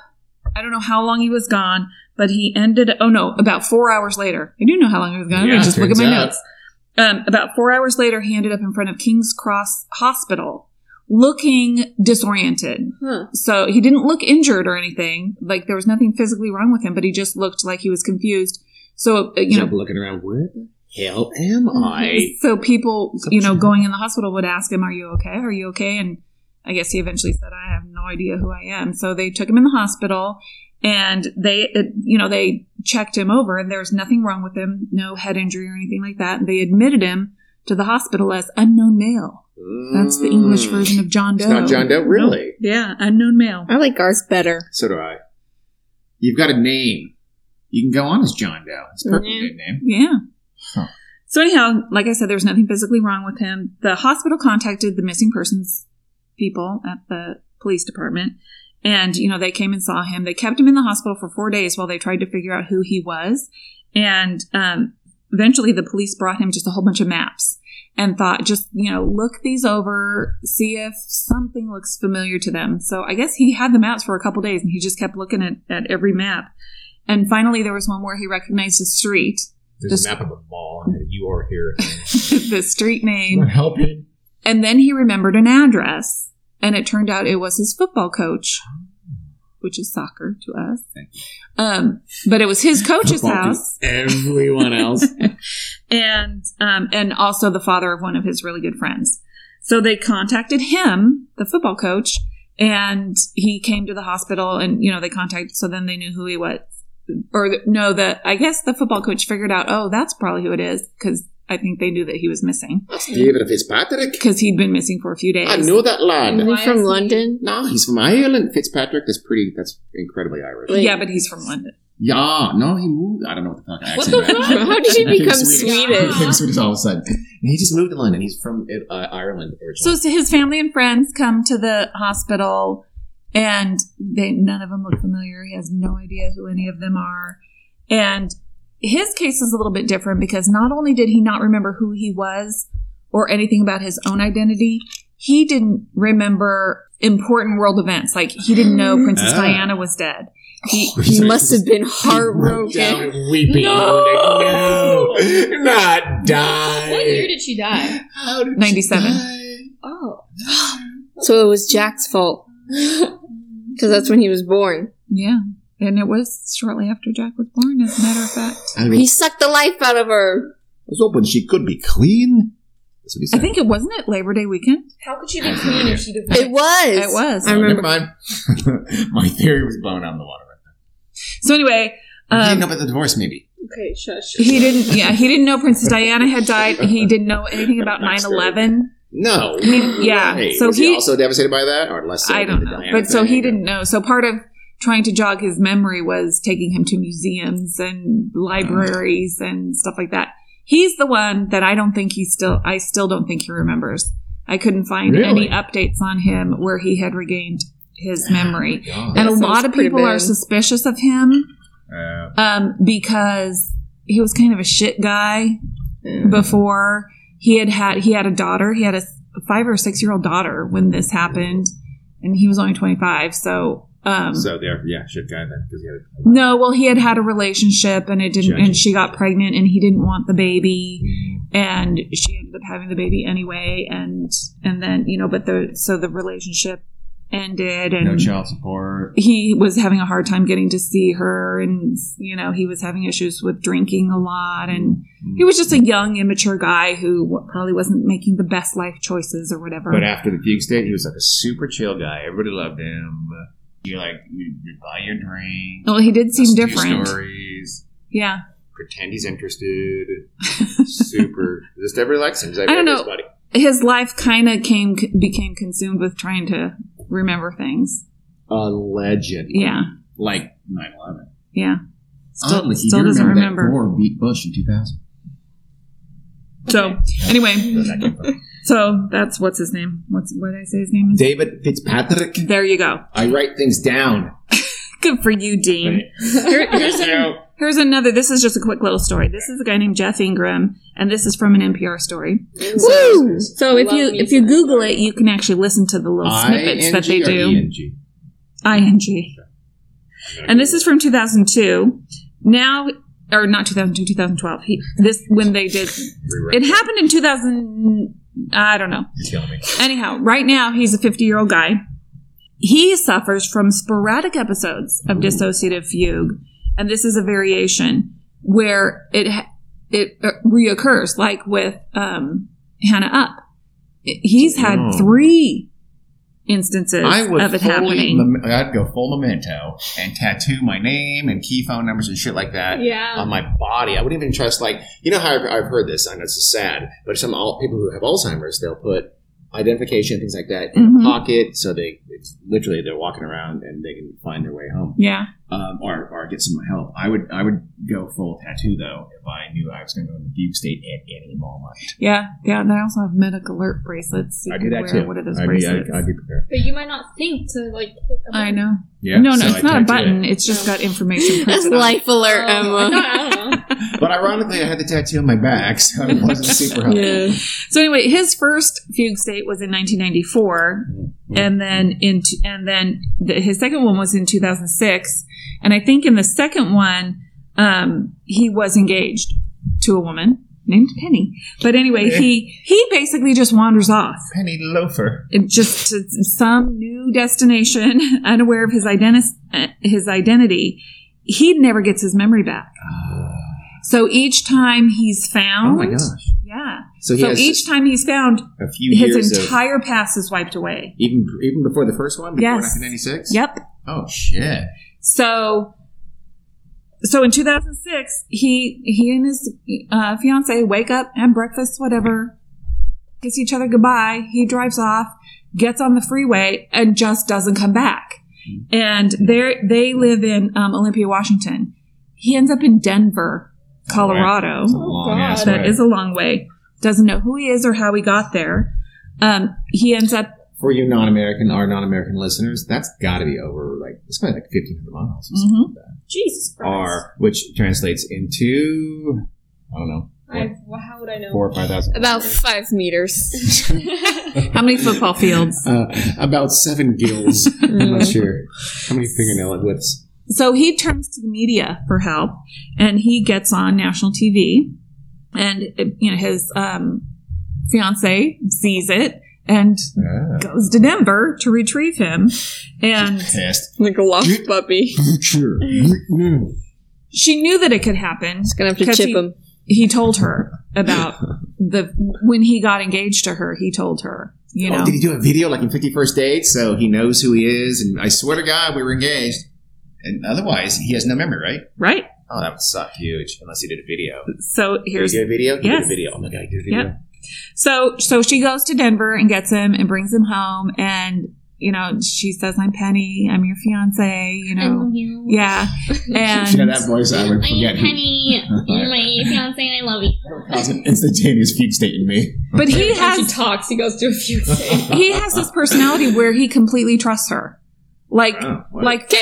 Speaker 1: I don't know how long he was gone, but he ended, oh no, about four hours later. I do know how long he was gone. I
Speaker 4: Yeah,
Speaker 1: just look at
Speaker 4: turns
Speaker 1: my
Speaker 4: out.
Speaker 1: notes. Um, about four hours later, he ended up in front of King's Cross Hospital looking disoriented.
Speaker 3: Huh.
Speaker 1: So he didn't look injured or anything. Like there was nothing physically wrong with him, but he just looked like he was confused. So, uh, you
Speaker 4: He's
Speaker 1: know, Oh,
Speaker 4: up looking around, where the hell am I?
Speaker 1: so people, you know, going in the hospital would ask him, "Are you okay? Are you okay?" And I guess he eventually said, "I have no idea who I am." So they took him in the hospital, and they, uh, you know, they checked him over, and there was nothing wrong with him, no head injury or anything like that. And they admitted him to the hospital as unknown male. That's the English
Speaker 4: Mm.
Speaker 1: version of John Doe.
Speaker 4: It's not John Doe, really.
Speaker 1: Yeah, unknown male.
Speaker 3: I like ours better.
Speaker 4: So do I. You've got a name. You can go on as John Doe. It's a perfectly good name.
Speaker 1: Yeah.
Speaker 4: Huh.
Speaker 1: So anyhow, like I said, there was nothing physically wrong with him. The hospital contacted the missing persons people at the police department, and you know they came and saw him. They kept him in the hospital for four days while they tried to figure out who he was, and um, eventually the police brought him just a whole bunch of maps and thought, just you know, look these over, see if something looks familiar to them. So I guess he had the maps for a couple days, and he just kept looking at, at every map. And finally, there was one where he recognized a street
Speaker 4: There's
Speaker 1: This-
Speaker 4: a map of a mall, and you are here.
Speaker 1: the street
Speaker 4: I'm
Speaker 1: name.
Speaker 4: helping.
Speaker 1: And then he remembered an address. And it turned out it was his football coach, which is soccer to us. Um, but it was his coach's
Speaker 4: Football to
Speaker 1: house.
Speaker 4: Everyone else.
Speaker 1: and um, and also the father of one of his really good friends. So they contacted him, the football coach, and he came to the hospital. And you know they contacted, so then they knew who he was. Or th- no, the I guess the football coach figured out. Oh, that's probably who it is because I think they knew that he was missing
Speaker 6: David Fitzpatrick.
Speaker 1: because he'd been missing for a few days.
Speaker 6: I know that lad.
Speaker 3: Isn't
Speaker 5: Why
Speaker 3: he from
Speaker 5: is he-
Speaker 3: London?
Speaker 6: No, he's from Ireland. Fitzpatrick. That's pretty. That's incredibly Irish.
Speaker 3: Wait.
Speaker 1: yeah, but he's from London.
Speaker 4: Yeah, no, he moved. I don't know what the fuck accent.
Speaker 5: the
Speaker 4: right?
Speaker 5: fuck?
Speaker 3: How did
Speaker 4: He
Speaker 3: he
Speaker 4: became
Speaker 3: become Swedish?
Speaker 4: He became Swedish all of a sudden. And he just moved to London. He's from uh, Ireland
Speaker 1: So,
Speaker 4: originally.
Speaker 1: so his family and friends come to the hospital, and they none of them look familiar. He has no idea who any of them are, and his case is a little bit different because not only did he not remember who he was or anything about his own identity, he didn't remember important world events. Like he didn't know Princess
Speaker 4: Ah.
Speaker 1: Diana was dead. He,
Speaker 3: He must have been heartbroken.
Speaker 6: down weeping. No, not die.
Speaker 5: What year did she die?
Speaker 4: How did
Speaker 1: 97.
Speaker 4: she
Speaker 5: Oh.
Speaker 3: So it was Jack's fault. Because that's when he was born.
Speaker 1: yeah, and it was shortly after Jack was born. As a matter of fact.
Speaker 4: die? I
Speaker 3: He
Speaker 4: was,
Speaker 3: sucked the life out of her.
Speaker 4: I was hoping she could be clean. That's what he
Speaker 1: I
Speaker 4: said.
Speaker 1: think it wasn't it Labor Day weekend.
Speaker 5: How could she be clean if she didn't?
Speaker 3: It was.
Speaker 1: It was.
Speaker 6: Oh,
Speaker 3: I
Speaker 4: Never
Speaker 3: remember.
Speaker 4: mind. My theory was blown out of the water.
Speaker 1: So anyway,
Speaker 4: Um, he
Speaker 1: um,
Speaker 4: didn't know about the divorce, maybe.
Speaker 5: Okay, shush.
Speaker 1: He didn't. Yeah, he didn't know Princess Diana had died. He didn't know anything about 9-11.
Speaker 6: No.
Speaker 1: He- yeah,
Speaker 6: Hey,
Speaker 1: so
Speaker 6: was
Speaker 1: he-
Speaker 6: also devastated by that, or less. So
Speaker 1: I
Speaker 6: than
Speaker 1: don't
Speaker 6: the
Speaker 1: know.
Speaker 6: Diana
Speaker 1: But so he
Speaker 6: thing?
Speaker 1: didn't know. So part of trying to jog his memory was taking him to museums and libraries and stuff like that. He's the one that I don't think he still. I still don't think he remembers. I couldn't find
Speaker 4: Really?
Speaker 1: any updates on him where he had regained his memory.
Speaker 4: God.
Speaker 1: And a lot
Speaker 3: That sounds
Speaker 1: of
Speaker 3: pretty
Speaker 1: people are
Speaker 3: bad.
Speaker 1: suspicious of him
Speaker 4: Uh,
Speaker 1: um, because he was kind of a shit guy
Speaker 3: Yeah.
Speaker 1: before he had had he had a daughter he had a five or six year old daughter when this happened and he was only 25 so um
Speaker 6: So there, yeah, shit guy then because he had
Speaker 1: no well he had had a relationship and it didn't and she got pregnant and he didn't want the baby and she ended up having the baby anyway and and then you know but the so the relationship ended and
Speaker 4: no child support.
Speaker 1: he was having a hard time getting to see her and you know he was having issues with drinking a lot and he was just a young immature guy who wa- probably wasn't making the best life choices or whatever
Speaker 4: But uh, after the fugue state, he was like a super chill guy. Everybody loved him. You like you, you buy your drink.
Speaker 1: well he did seem
Speaker 4: listen to your
Speaker 1: Oh, different
Speaker 4: Stories.
Speaker 1: yeah
Speaker 6: pretend he's interested. Super. Just every election. He's like,
Speaker 1: I don't
Speaker 6: "Hey,
Speaker 1: know.
Speaker 6: buddy."
Speaker 1: his life kind of came became consumed with trying to remember things
Speaker 4: A legend.
Speaker 1: yeah
Speaker 4: Like 9 11.
Speaker 1: yeah still, still doesn't remember
Speaker 4: Or beat Bush in 2000.
Speaker 1: so anyway
Speaker 4: That came from-
Speaker 1: so that's what's his name what's what did i say his name is
Speaker 4: David Fitzpatrick.
Speaker 1: there you go
Speaker 4: I write things down.
Speaker 1: good for you dean Here- here's, an- here's another. This is just a quick little story. This is a guy named Jeff Ingram, and this is from an NPR story.
Speaker 3: Woo!
Speaker 1: So if
Speaker 5: Love
Speaker 1: you
Speaker 5: me
Speaker 1: if you
Speaker 5: some.
Speaker 1: Google it, you can actually listen to the little snippets that they
Speaker 6: E
Speaker 1: do.
Speaker 4: ING.
Speaker 1: Ing. And this is from 2002. Now, or not 2002, 2012. He, this when they did. It happened in 2000. I don't know.
Speaker 4: You're killing me.
Speaker 1: Anyhow, right now he's a 50 year old guy. He suffers from sporadic episodes of dissociative fugue, and this is a variation where it ha- it uh, reoccurs, like with um, Hannah Up. I- He's had
Speaker 4: Oh.
Speaker 1: three instances
Speaker 4: I would
Speaker 1: of it
Speaker 4: fully
Speaker 1: happening.
Speaker 4: mem- I'd go full memento and tattoo my name and key phone numbers and shit like that
Speaker 5: Yeah.
Speaker 6: on my body. I wouldn't even trust, like, you know how I've, I've heard this, I know it's just sad, but some all, people who have Alzheimer's, they'll put identification, things like that, in
Speaker 1: Mhm.
Speaker 6: a pocket, so they, it's literally, they're walking around and they can find their way home.
Speaker 1: yeah,
Speaker 4: um, or, or get some help. I would I would go full tattoo, though, if I knew I was going to go into fugue state at any moment.
Speaker 1: yeah, yeah. They also have medical alert bracelets. You
Speaker 4: I
Speaker 1: can
Speaker 4: do that
Speaker 1: wear
Speaker 4: too.
Speaker 1: One of those
Speaker 4: I'd be, I'd,
Speaker 1: bracelets.
Speaker 4: I'd be prepared.
Speaker 5: But you might not think to like. hit the
Speaker 1: I
Speaker 5: button.
Speaker 1: know.
Speaker 4: Yeah.
Speaker 1: no, no,
Speaker 4: so
Speaker 1: it's
Speaker 4: I'd
Speaker 1: not a
Speaker 4: tattoo
Speaker 1: button.
Speaker 4: it.
Speaker 1: It's just got information.
Speaker 3: That's
Speaker 1: printed on it.
Speaker 3: life alert,
Speaker 1: um,
Speaker 5: Oh, I
Speaker 3: Emma.
Speaker 5: thought- I don't know.
Speaker 4: But ironically, I had the tattoo on my back, so it wasn't super helpful.
Speaker 3: Yeah.
Speaker 1: So anyway, his first fugue state was in 1994,
Speaker 6: Mm-hmm.
Speaker 1: and then in t- and then the, his second one was in 2006, and I think in the second one um, he was engaged to a woman named Penny. But anyway, he he basically just wanders off
Speaker 4: Penny loafer.
Speaker 1: it just to some new destination, unaware of his identity. His identity, he never gets his memory back. So each time he's
Speaker 6: Ah. Oh
Speaker 1: found,
Speaker 6: my gosh!
Speaker 1: yeah.
Speaker 6: So he
Speaker 1: So
Speaker 6: has
Speaker 1: each time he's found,
Speaker 6: a few years
Speaker 1: his
Speaker 6: of-
Speaker 1: entire past is wiped away.
Speaker 6: even even before the first one, before
Speaker 1: Yes.
Speaker 6: 1996.
Speaker 1: Yep.
Speaker 6: Oh shit!
Speaker 1: So, so in 2006, he he and his uh, fiance wake up and breakfast, whatever, kiss each other goodbye. He drives off, gets on the freeway, and just doesn't come back. And they they live in um, Olympia, Washington. He ends up in Denver, Colorado.
Speaker 4: It's a long ass
Speaker 1: Oh, That
Speaker 4: way.
Speaker 1: is a long way. Doesn't know who he is or how he got there. Um, he ends up
Speaker 4: For you non-American or non-American listeners, that's got to be over like it's probably like fifteen hundred miles.
Speaker 1: Mhm.
Speaker 5: Mm-hmm. Jesus Christ.
Speaker 4: Or which translates into I don't know
Speaker 5: I, well, how would I know?
Speaker 4: four or five thousand.
Speaker 3: About five meters.
Speaker 1: how many football fields?
Speaker 4: Uh, about seven gills.
Speaker 5: Mm.
Speaker 4: I'm not sure how many fingernail widths.
Speaker 1: so he turns to the media for help and he gets on national TV and you know his um, fiance sees it and
Speaker 4: Ah,
Speaker 1: goes to Denver to retrieve him and
Speaker 4: fast.
Speaker 3: like a lost puppy.
Speaker 4: Sure. No.
Speaker 1: she knew that it could happen
Speaker 3: Gonna have to
Speaker 1: 'cause
Speaker 3: chip
Speaker 1: he,
Speaker 3: him.
Speaker 1: he told her about the when he got engaged to her he told her you know
Speaker 6: Oh, did he do a video like in 51st Date? So he knows who he is, and I swear to God, we were engaged.
Speaker 4: And otherwise, he has no memory, right?
Speaker 1: right
Speaker 6: Oh, that would suck huge unless he did a video.
Speaker 1: so
Speaker 6: Did
Speaker 1: here's
Speaker 6: he do a video? He
Speaker 1: Yes.
Speaker 6: did a video. Oh my God, he did a video.
Speaker 1: Yep. So so she goes to Denver and gets him and brings him home and you know she says I'm Penny I'm your fiance you know
Speaker 5: you.
Speaker 1: yeah
Speaker 4: If she had
Speaker 1: and
Speaker 4: that voice, I would forget. who-
Speaker 5: Penny.
Speaker 4: You're
Speaker 5: my fiance, and I love you.
Speaker 4: Caused an instantaneous fugue state in me.
Speaker 1: but he
Speaker 5: As he
Speaker 1: has
Speaker 5: talks, he goes to a few things.
Speaker 1: he has this personality where he completely trusts her like
Speaker 6: Oh, what?
Speaker 1: like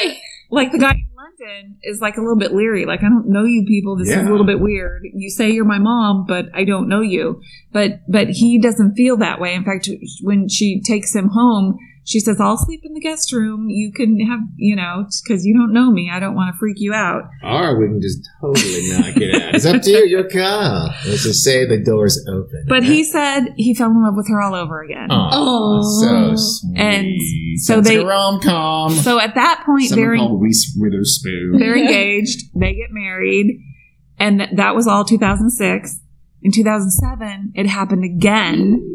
Speaker 1: like the guy in London is like a little bit leery like I don't know you people this is
Speaker 6: Yeah.
Speaker 1: a little bit weird you say you're my mom but I don't know you but but he doesn't feel that way in fact when she takes him home she says i'll sleep in the guest room you can have you know because you don't know me i don't want to freak you out
Speaker 6: Or we can just totally knock it out. It's up to you. Your call. Let's just say the door's open.
Speaker 1: but he said he fell in love with her all over again
Speaker 4: Oh,
Speaker 5: Oh.
Speaker 4: so sweet.
Speaker 1: And so
Speaker 4: Sounds
Speaker 1: they-
Speaker 4: like a rom com.
Speaker 1: so at that point they're,
Speaker 4: Someone called Reese Witherspoon.
Speaker 1: they're engaged they get married and th- that was all 2006 in 2007 it happened again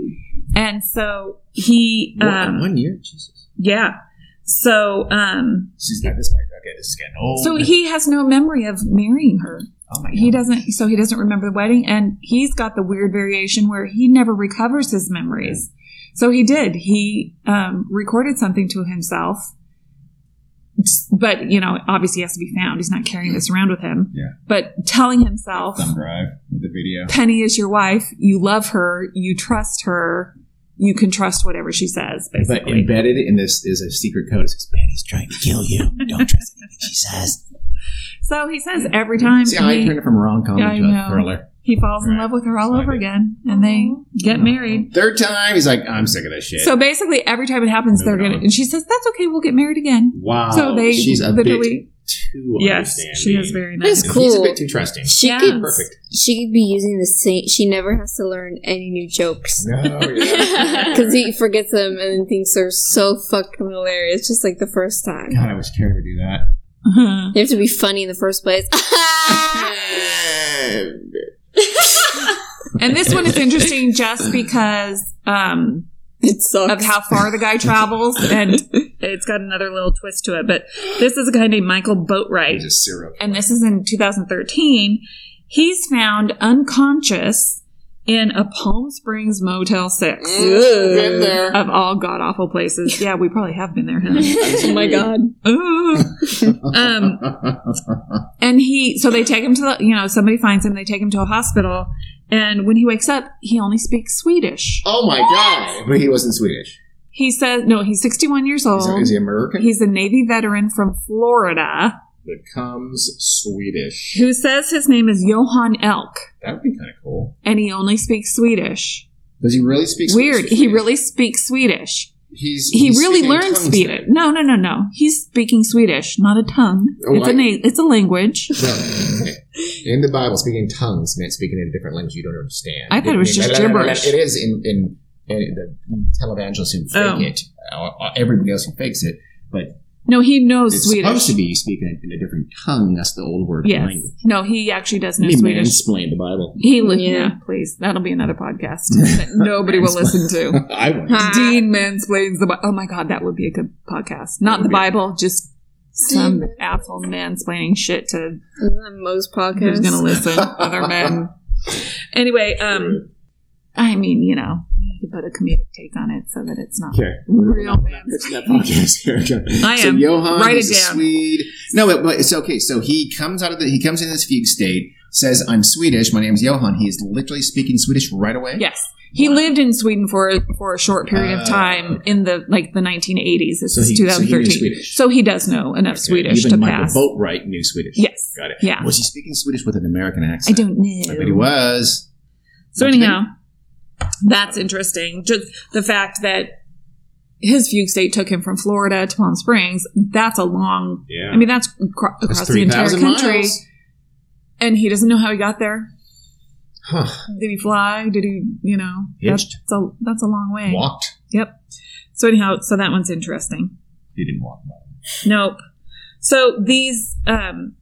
Speaker 1: and so he
Speaker 6: one,
Speaker 1: um,
Speaker 6: one year, Jesus.
Speaker 1: yeah so um
Speaker 4: She's got this. Like, okay, this is getting old.
Speaker 6: Oh
Speaker 1: So he has no memory of marrying her.
Speaker 4: oh my
Speaker 1: He doesn't. So he doesn't remember the wedding, and he's got the weird variation where he never recovers his memories. So he did. He um, recorded something to himself, but you know, obviously, he has to be found. He's not carrying this around with him.
Speaker 4: Yeah.
Speaker 1: But telling himself,
Speaker 4: thumb drive with the video.
Speaker 1: "Penny is your wife. You love her. You trust her. You can trust whatever she says."
Speaker 4: But
Speaker 1: Basically,
Speaker 4: embedded in this is a secret code. It says, Penny's trying to kill you. Don't trust anything she says.
Speaker 1: so he says every time.
Speaker 4: See, I
Speaker 1: he-
Speaker 4: turned it from rom com
Speaker 1: Yeah, I
Speaker 4: to a
Speaker 1: know.
Speaker 4: thriller.
Speaker 1: he falls in
Speaker 4: Right.
Speaker 1: love with her all
Speaker 4: That's
Speaker 1: over
Speaker 4: my
Speaker 1: again and they get married
Speaker 4: Third time, he's like, I'm sick of this shit.
Speaker 1: so basically every time it happens they're
Speaker 4: Moving
Speaker 1: gonna
Speaker 4: on.
Speaker 1: and she says that's okay we'll get married again
Speaker 4: wow.
Speaker 1: so they
Speaker 4: Oh, she's a bit
Speaker 1: literally
Speaker 4: too
Speaker 1: yes she is
Speaker 4: understanding.
Speaker 1: very nice
Speaker 3: That's
Speaker 4: He's a
Speaker 3: cool.
Speaker 4: bit too trusting.
Speaker 3: She
Speaker 1: Yeah.
Speaker 3: could
Speaker 4: Perfect.
Speaker 3: she could be using the same she never has to learn any new jokes.
Speaker 4: No, yeah.
Speaker 3: Because he forgets them and then thinks they're so fucking hilarious, just like the first time.
Speaker 4: God, I wish Carrie would do that.
Speaker 1: Uh-huh.
Speaker 3: You have to be funny in the first place.
Speaker 1: and this one is interesting just because um
Speaker 3: it sucks.
Speaker 1: of how far the guy travels and it's got another little twist to it but this is a guy named michael boatwright
Speaker 4: He's just syrup.
Speaker 1: and this is in 2013, he's found unconscious in a Palm Springs Motel 6.
Speaker 6: Been there.
Speaker 1: Of all god awful places. Yeah, we probably have been there, huh?
Speaker 3: oh my god.
Speaker 1: Ooh. um, and he, so they take him to the, you know, somebody finds him, they take him to a hospital, and when he wakes up, he only speaks Swedish.
Speaker 6: Oh my God.
Speaker 4: but he wasn't Swedish.
Speaker 1: He says, no, he's 61 years old.
Speaker 4: Is he, is he American?
Speaker 1: Oh. He's a Navy veteran from Florida
Speaker 4: Becomes Swedish.
Speaker 1: who says his name is Johan Elk.
Speaker 4: That would be kind of cool.
Speaker 1: and he only speaks Swedish.
Speaker 4: Does he really speak
Speaker 1: Weird.
Speaker 4: Swedish?
Speaker 1: He really speaks Swedish.
Speaker 4: He's,
Speaker 1: He
Speaker 4: he's
Speaker 1: really
Speaker 4: speaking
Speaker 1: learned
Speaker 4: tongues
Speaker 1: Swedish. No, no, no, no. He's speaking Swedish, not a tongue.
Speaker 6: Oh,
Speaker 1: it's a
Speaker 6: I-
Speaker 1: na- it's a language.
Speaker 6: No. In the Bible, speaking tongues meant speaking in a different language you don't understand.
Speaker 1: I thought it was just gibberish.
Speaker 6: It is in, in, in the televangelists who fake
Speaker 1: Oh.
Speaker 6: it. Uh, uh, Everybody else who fakes it. But
Speaker 1: No, he knows
Speaker 4: It's
Speaker 1: Swedish.
Speaker 4: supposed to be you speak in a, in a different tongue. That's the old word.
Speaker 1: yes.
Speaker 4: Language.
Speaker 1: No, he actually does know
Speaker 4: Let me
Speaker 1: Swedish.
Speaker 4: mansplain the Bible.
Speaker 1: He li-
Speaker 3: Yeah.
Speaker 1: yeah. please. That'll be another podcast that nobody will listen to.
Speaker 4: I would.
Speaker 1: Dean mansplains the Bible. Oh my god, that would be a good podcast. Not the Bible, just some asshole mansplaining shit to
Speaker 3: most podcasts.
Speaker 1: who's going to listen. Other men. Anyway, um, I mean, you know, you can put a comedic take on it so that it's not
Speaker 6: Okay.
Speaker 1: real mansplaining.
Speaker 6: Pitching that podcast. Here we go.
Speaker 1: I
Speaker 6: So
Speaker 1: am.
Speaker 6: Johan
Speaker 1: Write
Speaker 6: is
Speaker 1: it
Speaker 6: a
Speaker 1: down.
Speaker 6: Swede.
Speaker 4: No, but, but it's okay. So he comes out of the he comes in this fugue state, says, "I'm Swedish. My name's Johan." He is literally speaking Swedish right away.
Speaker 1: Yes. He lived in Sweden for for a short period of time in the like the 1980s. This
Speaker 4: Uh, So
Speaker 1: is
Speaker 4: he- so he knew
Speaker 1: 2013. So he,
Speaker 4: Swedish.
Speaker 1: does know enough Swedish
Speaker 4: Even
Speaker 1: to
Speaker 4: Michael
Speaker 1: pass.
Speaker 4: Boatwright knew Swedish.
Speaker 1: Yes.
Speaker 4: Got it.
Speaker 1: Yeah.
Speaker 4: Was he speaking Swedish with an American
Speaker 1: I
Speaker 4: accent?
Speaker 1: don't
Speaker 4: I bet he
Speaker 1: know.
Speaker 4: was.
Speaker 1: So
Speaker 4: Don't you
Speaker 1: anyhow, that's interesting. Just the fact that his fugue state took him from Florida to Palm Springs. That's a long.
Speaker 6: Yeah.
Speaker 1: I mean, that's acro- across
Speaker 4: That's
Speaker 1: the entire
Speaker 4: 3,000
Speaker 1: country,
Speaker 4: miles.
Speaker 1: and he doesn't know how he got there.
Speaker 4: Huh.
Speaker 1: Did he fly? Did he? You know,
Speaker 4: Hitched.
Speaker 1: that's a that's a long way.
Speaker 4: Walked.
Speaker 1: Yep. So anyhow, so that one's interesting.
Speaker 4: He didn't walk.
Speaker 1: Nope. So these um,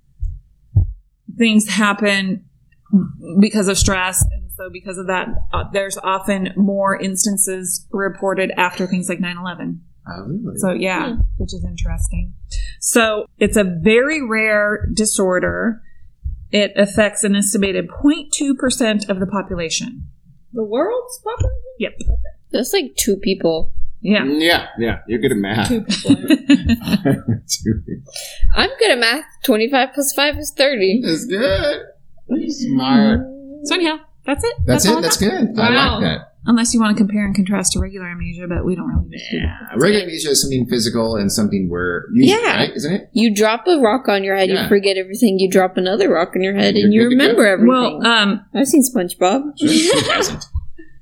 Speaker 1: things happen because of stress, and so because of that, uh, there's often more instances reported after things like 9/11.
Speaker 4: Oh, really?
Speaker 1: So yeah,
Speaker 5: Hmm.
Speaker 1: which is interesting. So it's a very rare disorder. It affects an estimated 0.2% of the population.
Speaker 5: The world's popper?
Speaker 1: Yep.
Speaker 3: That's like two people.
Speaker 1: Yeah.
Speaker 4: Mm,
Speaker 6: Yeah, yeah. You're good at math.
Speaker 5: Two people.
Speaker 3: I'm good at math. 25 plus 5 is 30.
Speaker 4: That's good. Smart.
Speaker 1: So anyhow, that's it.
Speaker 4: That's,
Speaker 1: all
Speaker 4: it.
Speaker 1: I
Speaker 4: That's
Speaker 1: got.
Speaker 4: good. I
Speaker 5: Wow.
Speaker 4: like that.
Speaker 1: Unless you want to compare and contrast to regular amnesia, but we don't really need to do that.
Speaker 4: Yeah. Regular amnesia Uh, is something physical and something where you,
Speaker 3: Yeah.
Speaker 4: right? Isn't it?
Speaker 3: You drop a rock on your head,
Speaker 4: Yeah.
Speaker 3: you forget everything. You drop another rock on your head, and
Speaker 6: You're
Speaker 3: you
Speaker 6: good to go.
Speaker 3: remember everything.
Speaker 1: Well, um,
Speaker 3: I've seen SpongeBob.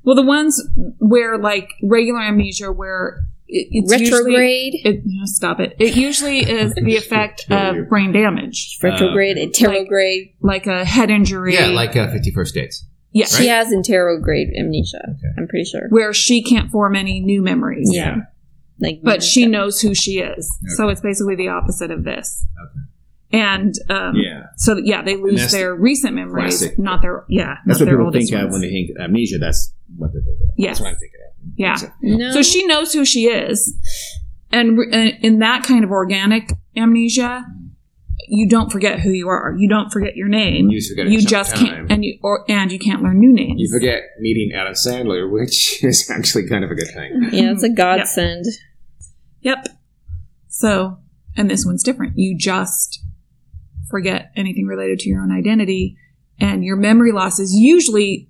Speaker 1: well, the ones where like regular amnesia, where it, it's usually
Speaker 3: retrograde.
Speaker 1: it, no, stop it. It usually is the effect of brain damage,
Speaker 6: uh,
Speaker 3: retrograde, interrograde.
Speaker 1: like a head injury.
Speaker 4: Yeah, like uh, 51st Dates.
Speaker 1: yes,
Speaker 3: She has interrograde amnesia. I'm pretty sure.
Speaker 1: where she can't form any new memories.
Speaker 3: Yeah. Like,
Speaker 1: but she
Speaker 3: Monica.
Speaker 1: knows who she is, so it's basically the opposite of this. And um,
Speaker 4: Yeah.
Speaker 1: so yeah, they lose
Speaker 4: that's
Speaker 1: their recent memories,
Speaker 4: classic.
Speaker 1: not their yeah.
Speaker 4: That's
Speaker 1: not
Speaker 4: what
Speaker 1: their
Speaker 4: people
Speaker 1: oldest
Speaker 4: think of
Speaker 1: ones.
Speaker 4: when they think uh, amnesia. That's what they think of.
Speaker 1: Yes.
Speaker 4: That's what I'm thinking of.
Speaker 1: Yeah.
Speaker 3: No.
Speaker 1: So she knows who she is. And re- and in that kind of organic amnesia, you don't forget who you are. You don't forget your name.
Speaker 6: You just forget it
Speaker 1: You
Speaker 6: jump
Speaker 1: just
Speaker 6: time.
Speaker 1: can't, and you or and you can't learn new names.
Speaker 6: You forget meeting Adam Sandler, which is actually kind of a good thing.
Speaker 3: yeah, it's a godsend.
Speaker 1: Yep. So, and this one's different. You just forget anything related to your own identity, and your memory loss is usually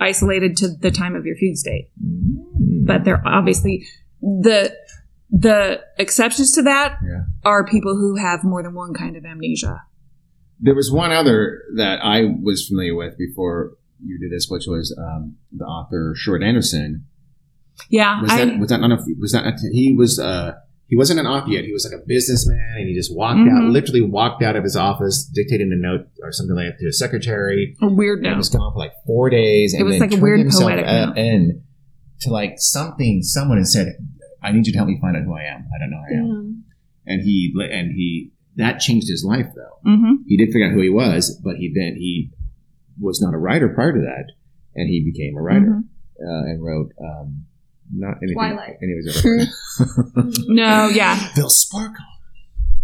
Speaker 1: isolated to the time of your food state. But they're obviously the the exceptions to that
Speaker 4: Yeah.
Speaker 1: are people who have more than one kind of amnesia.
Speaker 6: There was one other that I was familiar with before you did this, which was um, the author Short Anderson.
Speaker 1: Yeah,
Speaker 6: Was
Speaker 1: I,
Speaker 6: that was that not a, was that he was uh, he wasn't an op yet. He was like a businessman, and he just walked out,
Speaker 1: Mhm.
Speaker 6: literally walked out of his office, dictating a note or something like that to his secretary.
Speaker 1: a weird
Speaker 6: And he
Speaker 1: note.
Speaker 6: was gone for like four days. And
Speaker 1: It was
Speaker 6: then
Speaker 1: like a
Speaker 6: turned
Speaker 1: weird
Speaker 6: himself
Speaker 1: poetic
Speaker 6: up
Speaker 1: note.
Speaker 6: in
Speaker 4: To like something, someone had said, I need you to help me find out who I am. I don't know who I am. And he, and he, that changed his life though.
Speaker 1: hmm
Speaker 4: he did figure out who he was, but he then he was not a writer prior to that, and he became a writer
Speaker 1: Mhm.
Speaker 4: uh, and wrote um, not anything.
Speaker 5: Twilight.
Speaker 4: Anyways, ever written.
Speaker 1: No, yeah.
Speaker 4: Bill Sparkle.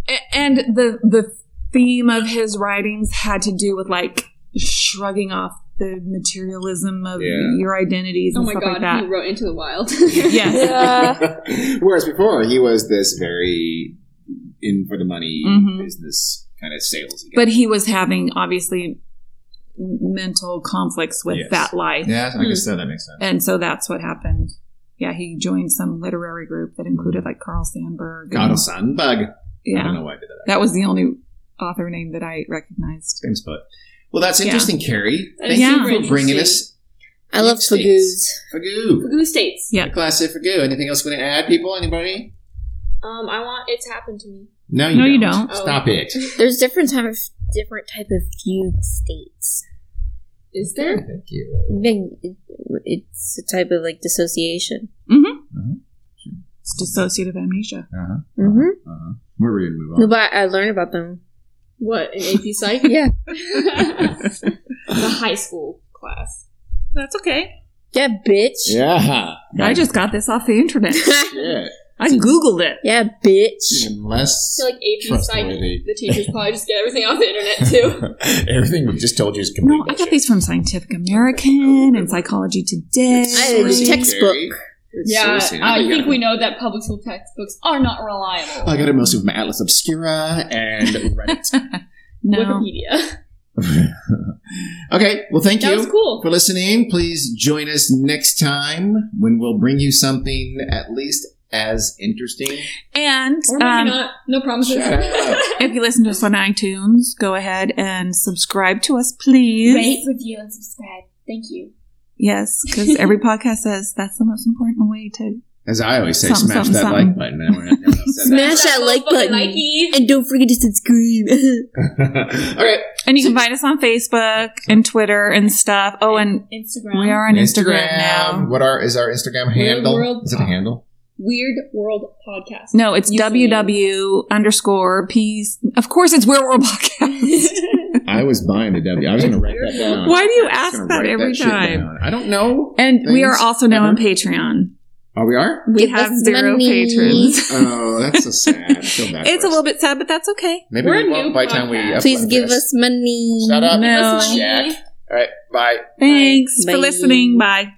Speaker 1: A- and the the theme of his writings had to do with like shrugging off the materialism of
Speaker 6: Yeah.
Speaker 1: your identities
Speaker 5: Oh
Speaker 1: and
Speaker 5: my
Speaker 1: stuff
Speaker 5: god,
Speaker 1: like that.
Speaker 5: he wrote Into the Wild.
Speaker 1: Yes.
Speaker 6: Whereas before, he was this very in for the money
Speaker 1: Mhm.
Speaker 6: business kind of sales.
Speaker 1: But he was having obviously mental conflicts with
Speaker 4: Yes.
Speaker 1: that life.
Speaker 4: Yeah, I guess so. That makes sense.
Speaker 1: And so that's what happened. Yeah, he joined some literary group that included like Carl Sandburg.
Speaker 4: God
Speaker 1: and-
Speaker 4: of Sandbag. I don't
Speaker 1: yeah.
Speaker 4: know why I did that.
Speaker 1: That was the only author name that I recognized.
Speaker 4: Thanks, but well, that's
Speaker 1: Yeah.
Speaker 4: interesting, Carrie.
Speaker 5: That
Speaker 4: Thank
Speaker 1: is
Speaker 4: you
Speaker 1: super
Speaker 4: for bringing us
Speaker 3: I love fagoos.
Speaker 4: States. Fagoo.
Speaker 5: Who states?
Speaker 1: Yeah.
Speaker 4: Classic Fagoo. Anything else we want to add, people? Anybody?
Speaker 5: Um, I want It's Happened to Me.
Speaker 4: No, you
Speaker 1: No,
Speaker 4: don't.
Speaker 1: you don't.
Speaker 4: Stop it.
Speaker 3: There's different type of different type of fugue states.
Speaker 5: Is there?
Speaker 4: Thank you.
Speaker 3: Then it- It's a type of like dissociation.
Speaker 1: Mhm.
Speaker 4: Mhm.
Speaker 1: It's dissociative amnesia.
Speaker 9: Uh-huh.
Speaker 3: Mm-hmm.
Speaker 9: Uh-huh. We're ready to move on.
Speaker 3: But I learned about them.
Speaker 5: What, in AP Psych?
Speaker 3: Yeah.
Speaker 5: the high school class.
Speaker 1: That's okay.
Speaker 3: Yeah, bitch.
Speaker 4: Yeah.
Speaker 1: I just got this off the internet.
Speaker 4: Shit.
Speaker 1: I Googled it.
Speaker 3: yeah, bitch.
Speaker 4: Unless
Speaker 5: So, like, AP Psych,
Speaker 4: Trustworthy.
Speaker 5: the teachers probably just get everything off the internet, too.
Speaker 4: everything we've just told you is complete.
Speaker 1: No, I got
Speaker 4: bullshit.
Speaker 1: these from Scientific American and Psychology Today.
Speaker 3: I had a
Speaker 4: Seriously,
Speaker 3: textbook.
Speaker 4: Gary? It's
Speaker 5: Yeah,
Speaker 4: seriously-
Speaker 5: I
Speaker 4: gotta-
Speaker 5: think we know that public school textbooks are not reliable.
Speaker 4: I got it mostly from Atlas Obscura and Reddit.
Speaker 1: No.
Speaker 5: Wikipedia.
Speaker 4: okay, well, thank
Speaker 5: That
Speaker 4: you
Speaker 5: was cool.
Speaker 4: for listening. Please join us next time when we'll bring you something at least as interesting.
Speaker 1: And
Speaker 5: Or maybe
Speaker 1: um,
Speaker 5: not. No promises.
Speaker 4: Shut up.
Speaker 1: if you listen to us on iTunes, go ahead and subscribe to us, please.
Speaker 5: review, and subscribe. Thank you.
Speaker 1: Yes, because every podcast says that's the most important way to.
Speaker 4: As I always say,
Speaker 1: Something,
Speaker 4: smash
Speaker 1: something,
Speaker 4: that
Speaker 1: something.
Speaker 4: like button. Everyone- everyone said that.
Speaker 3: Smash that like
Speaker 5: Fucking
Speaker 3: button.
Speaker 5: likey.
Speaker 3: And don't forget to subscribe.
Speaker 4: All right.
Speaker 1: And you can find us on Facebook and Twitter and stuff. Oh, and
Speaker 5: Instagram.
Speaker 1: we are on Instagram, now.
Speaker 4: What are is our Instagram handle?
Speaker 5: World
Speaker 4: Is it a
Speaker 5: Pop.
Speaker 4: handle?
Speaker 5: Weird World Podcast.
Speaker 1: No, it's
Speaker 5: Username.
Speaker 1: ww underscore p. Of course, it's Where World Podcast.
Speaker 4: I was buying the W. I was going to write that down.
Speaker 1: Why do
Speaker 4: I
Speaker 1: you
Speaker 4: was
Speaker 1: ask
Speaker 4: gonna
Speaker 1: that
Speaker 4: write
Speaker 1: every
Speaker 4: shit
Speaker 1: time?
Speaker 4: down. I don't know.
Speaker 1: And we are
Speaker 4: Things
Speaker 1: also now on
Speaker 4: ever.
Speaker 1: Patreon.
Speaker 4: Oh, we are.
Speaker 1: We
Speaker 3: Give
Speaker 1: have
Speaker 3: us
Speaker 1: zero
Speaker 3: money.
Speaker 1: patrons.
Speaker 4: Oh, that's so sad. I feel bad
Speaker 1: It's
Speaker 4: for
Speaker 1: a
Speaker 4: us.
Speaker 1: little bit sad, but that's okay.
Speaker 4: Maybe
Speaker 5: We're
Speaker 4: we
Speaker 5: a
Speaker 4: won't
Speaker 5: new
Speaker 4: by the time we
Speaker 5: podcast.
Speaker 4: upload
Speaker 3: Please give
Speaker 4: this.
Speaker 3: us money.
Speaker 4: Shut up.
Speaker 1: No.
Speaker 5: Give us money.
Speaker 4: Jack. All right. Bye.
Speaker 1: Thanks for
Speaker 3: Bye.
Speaker 1: listening. Bye.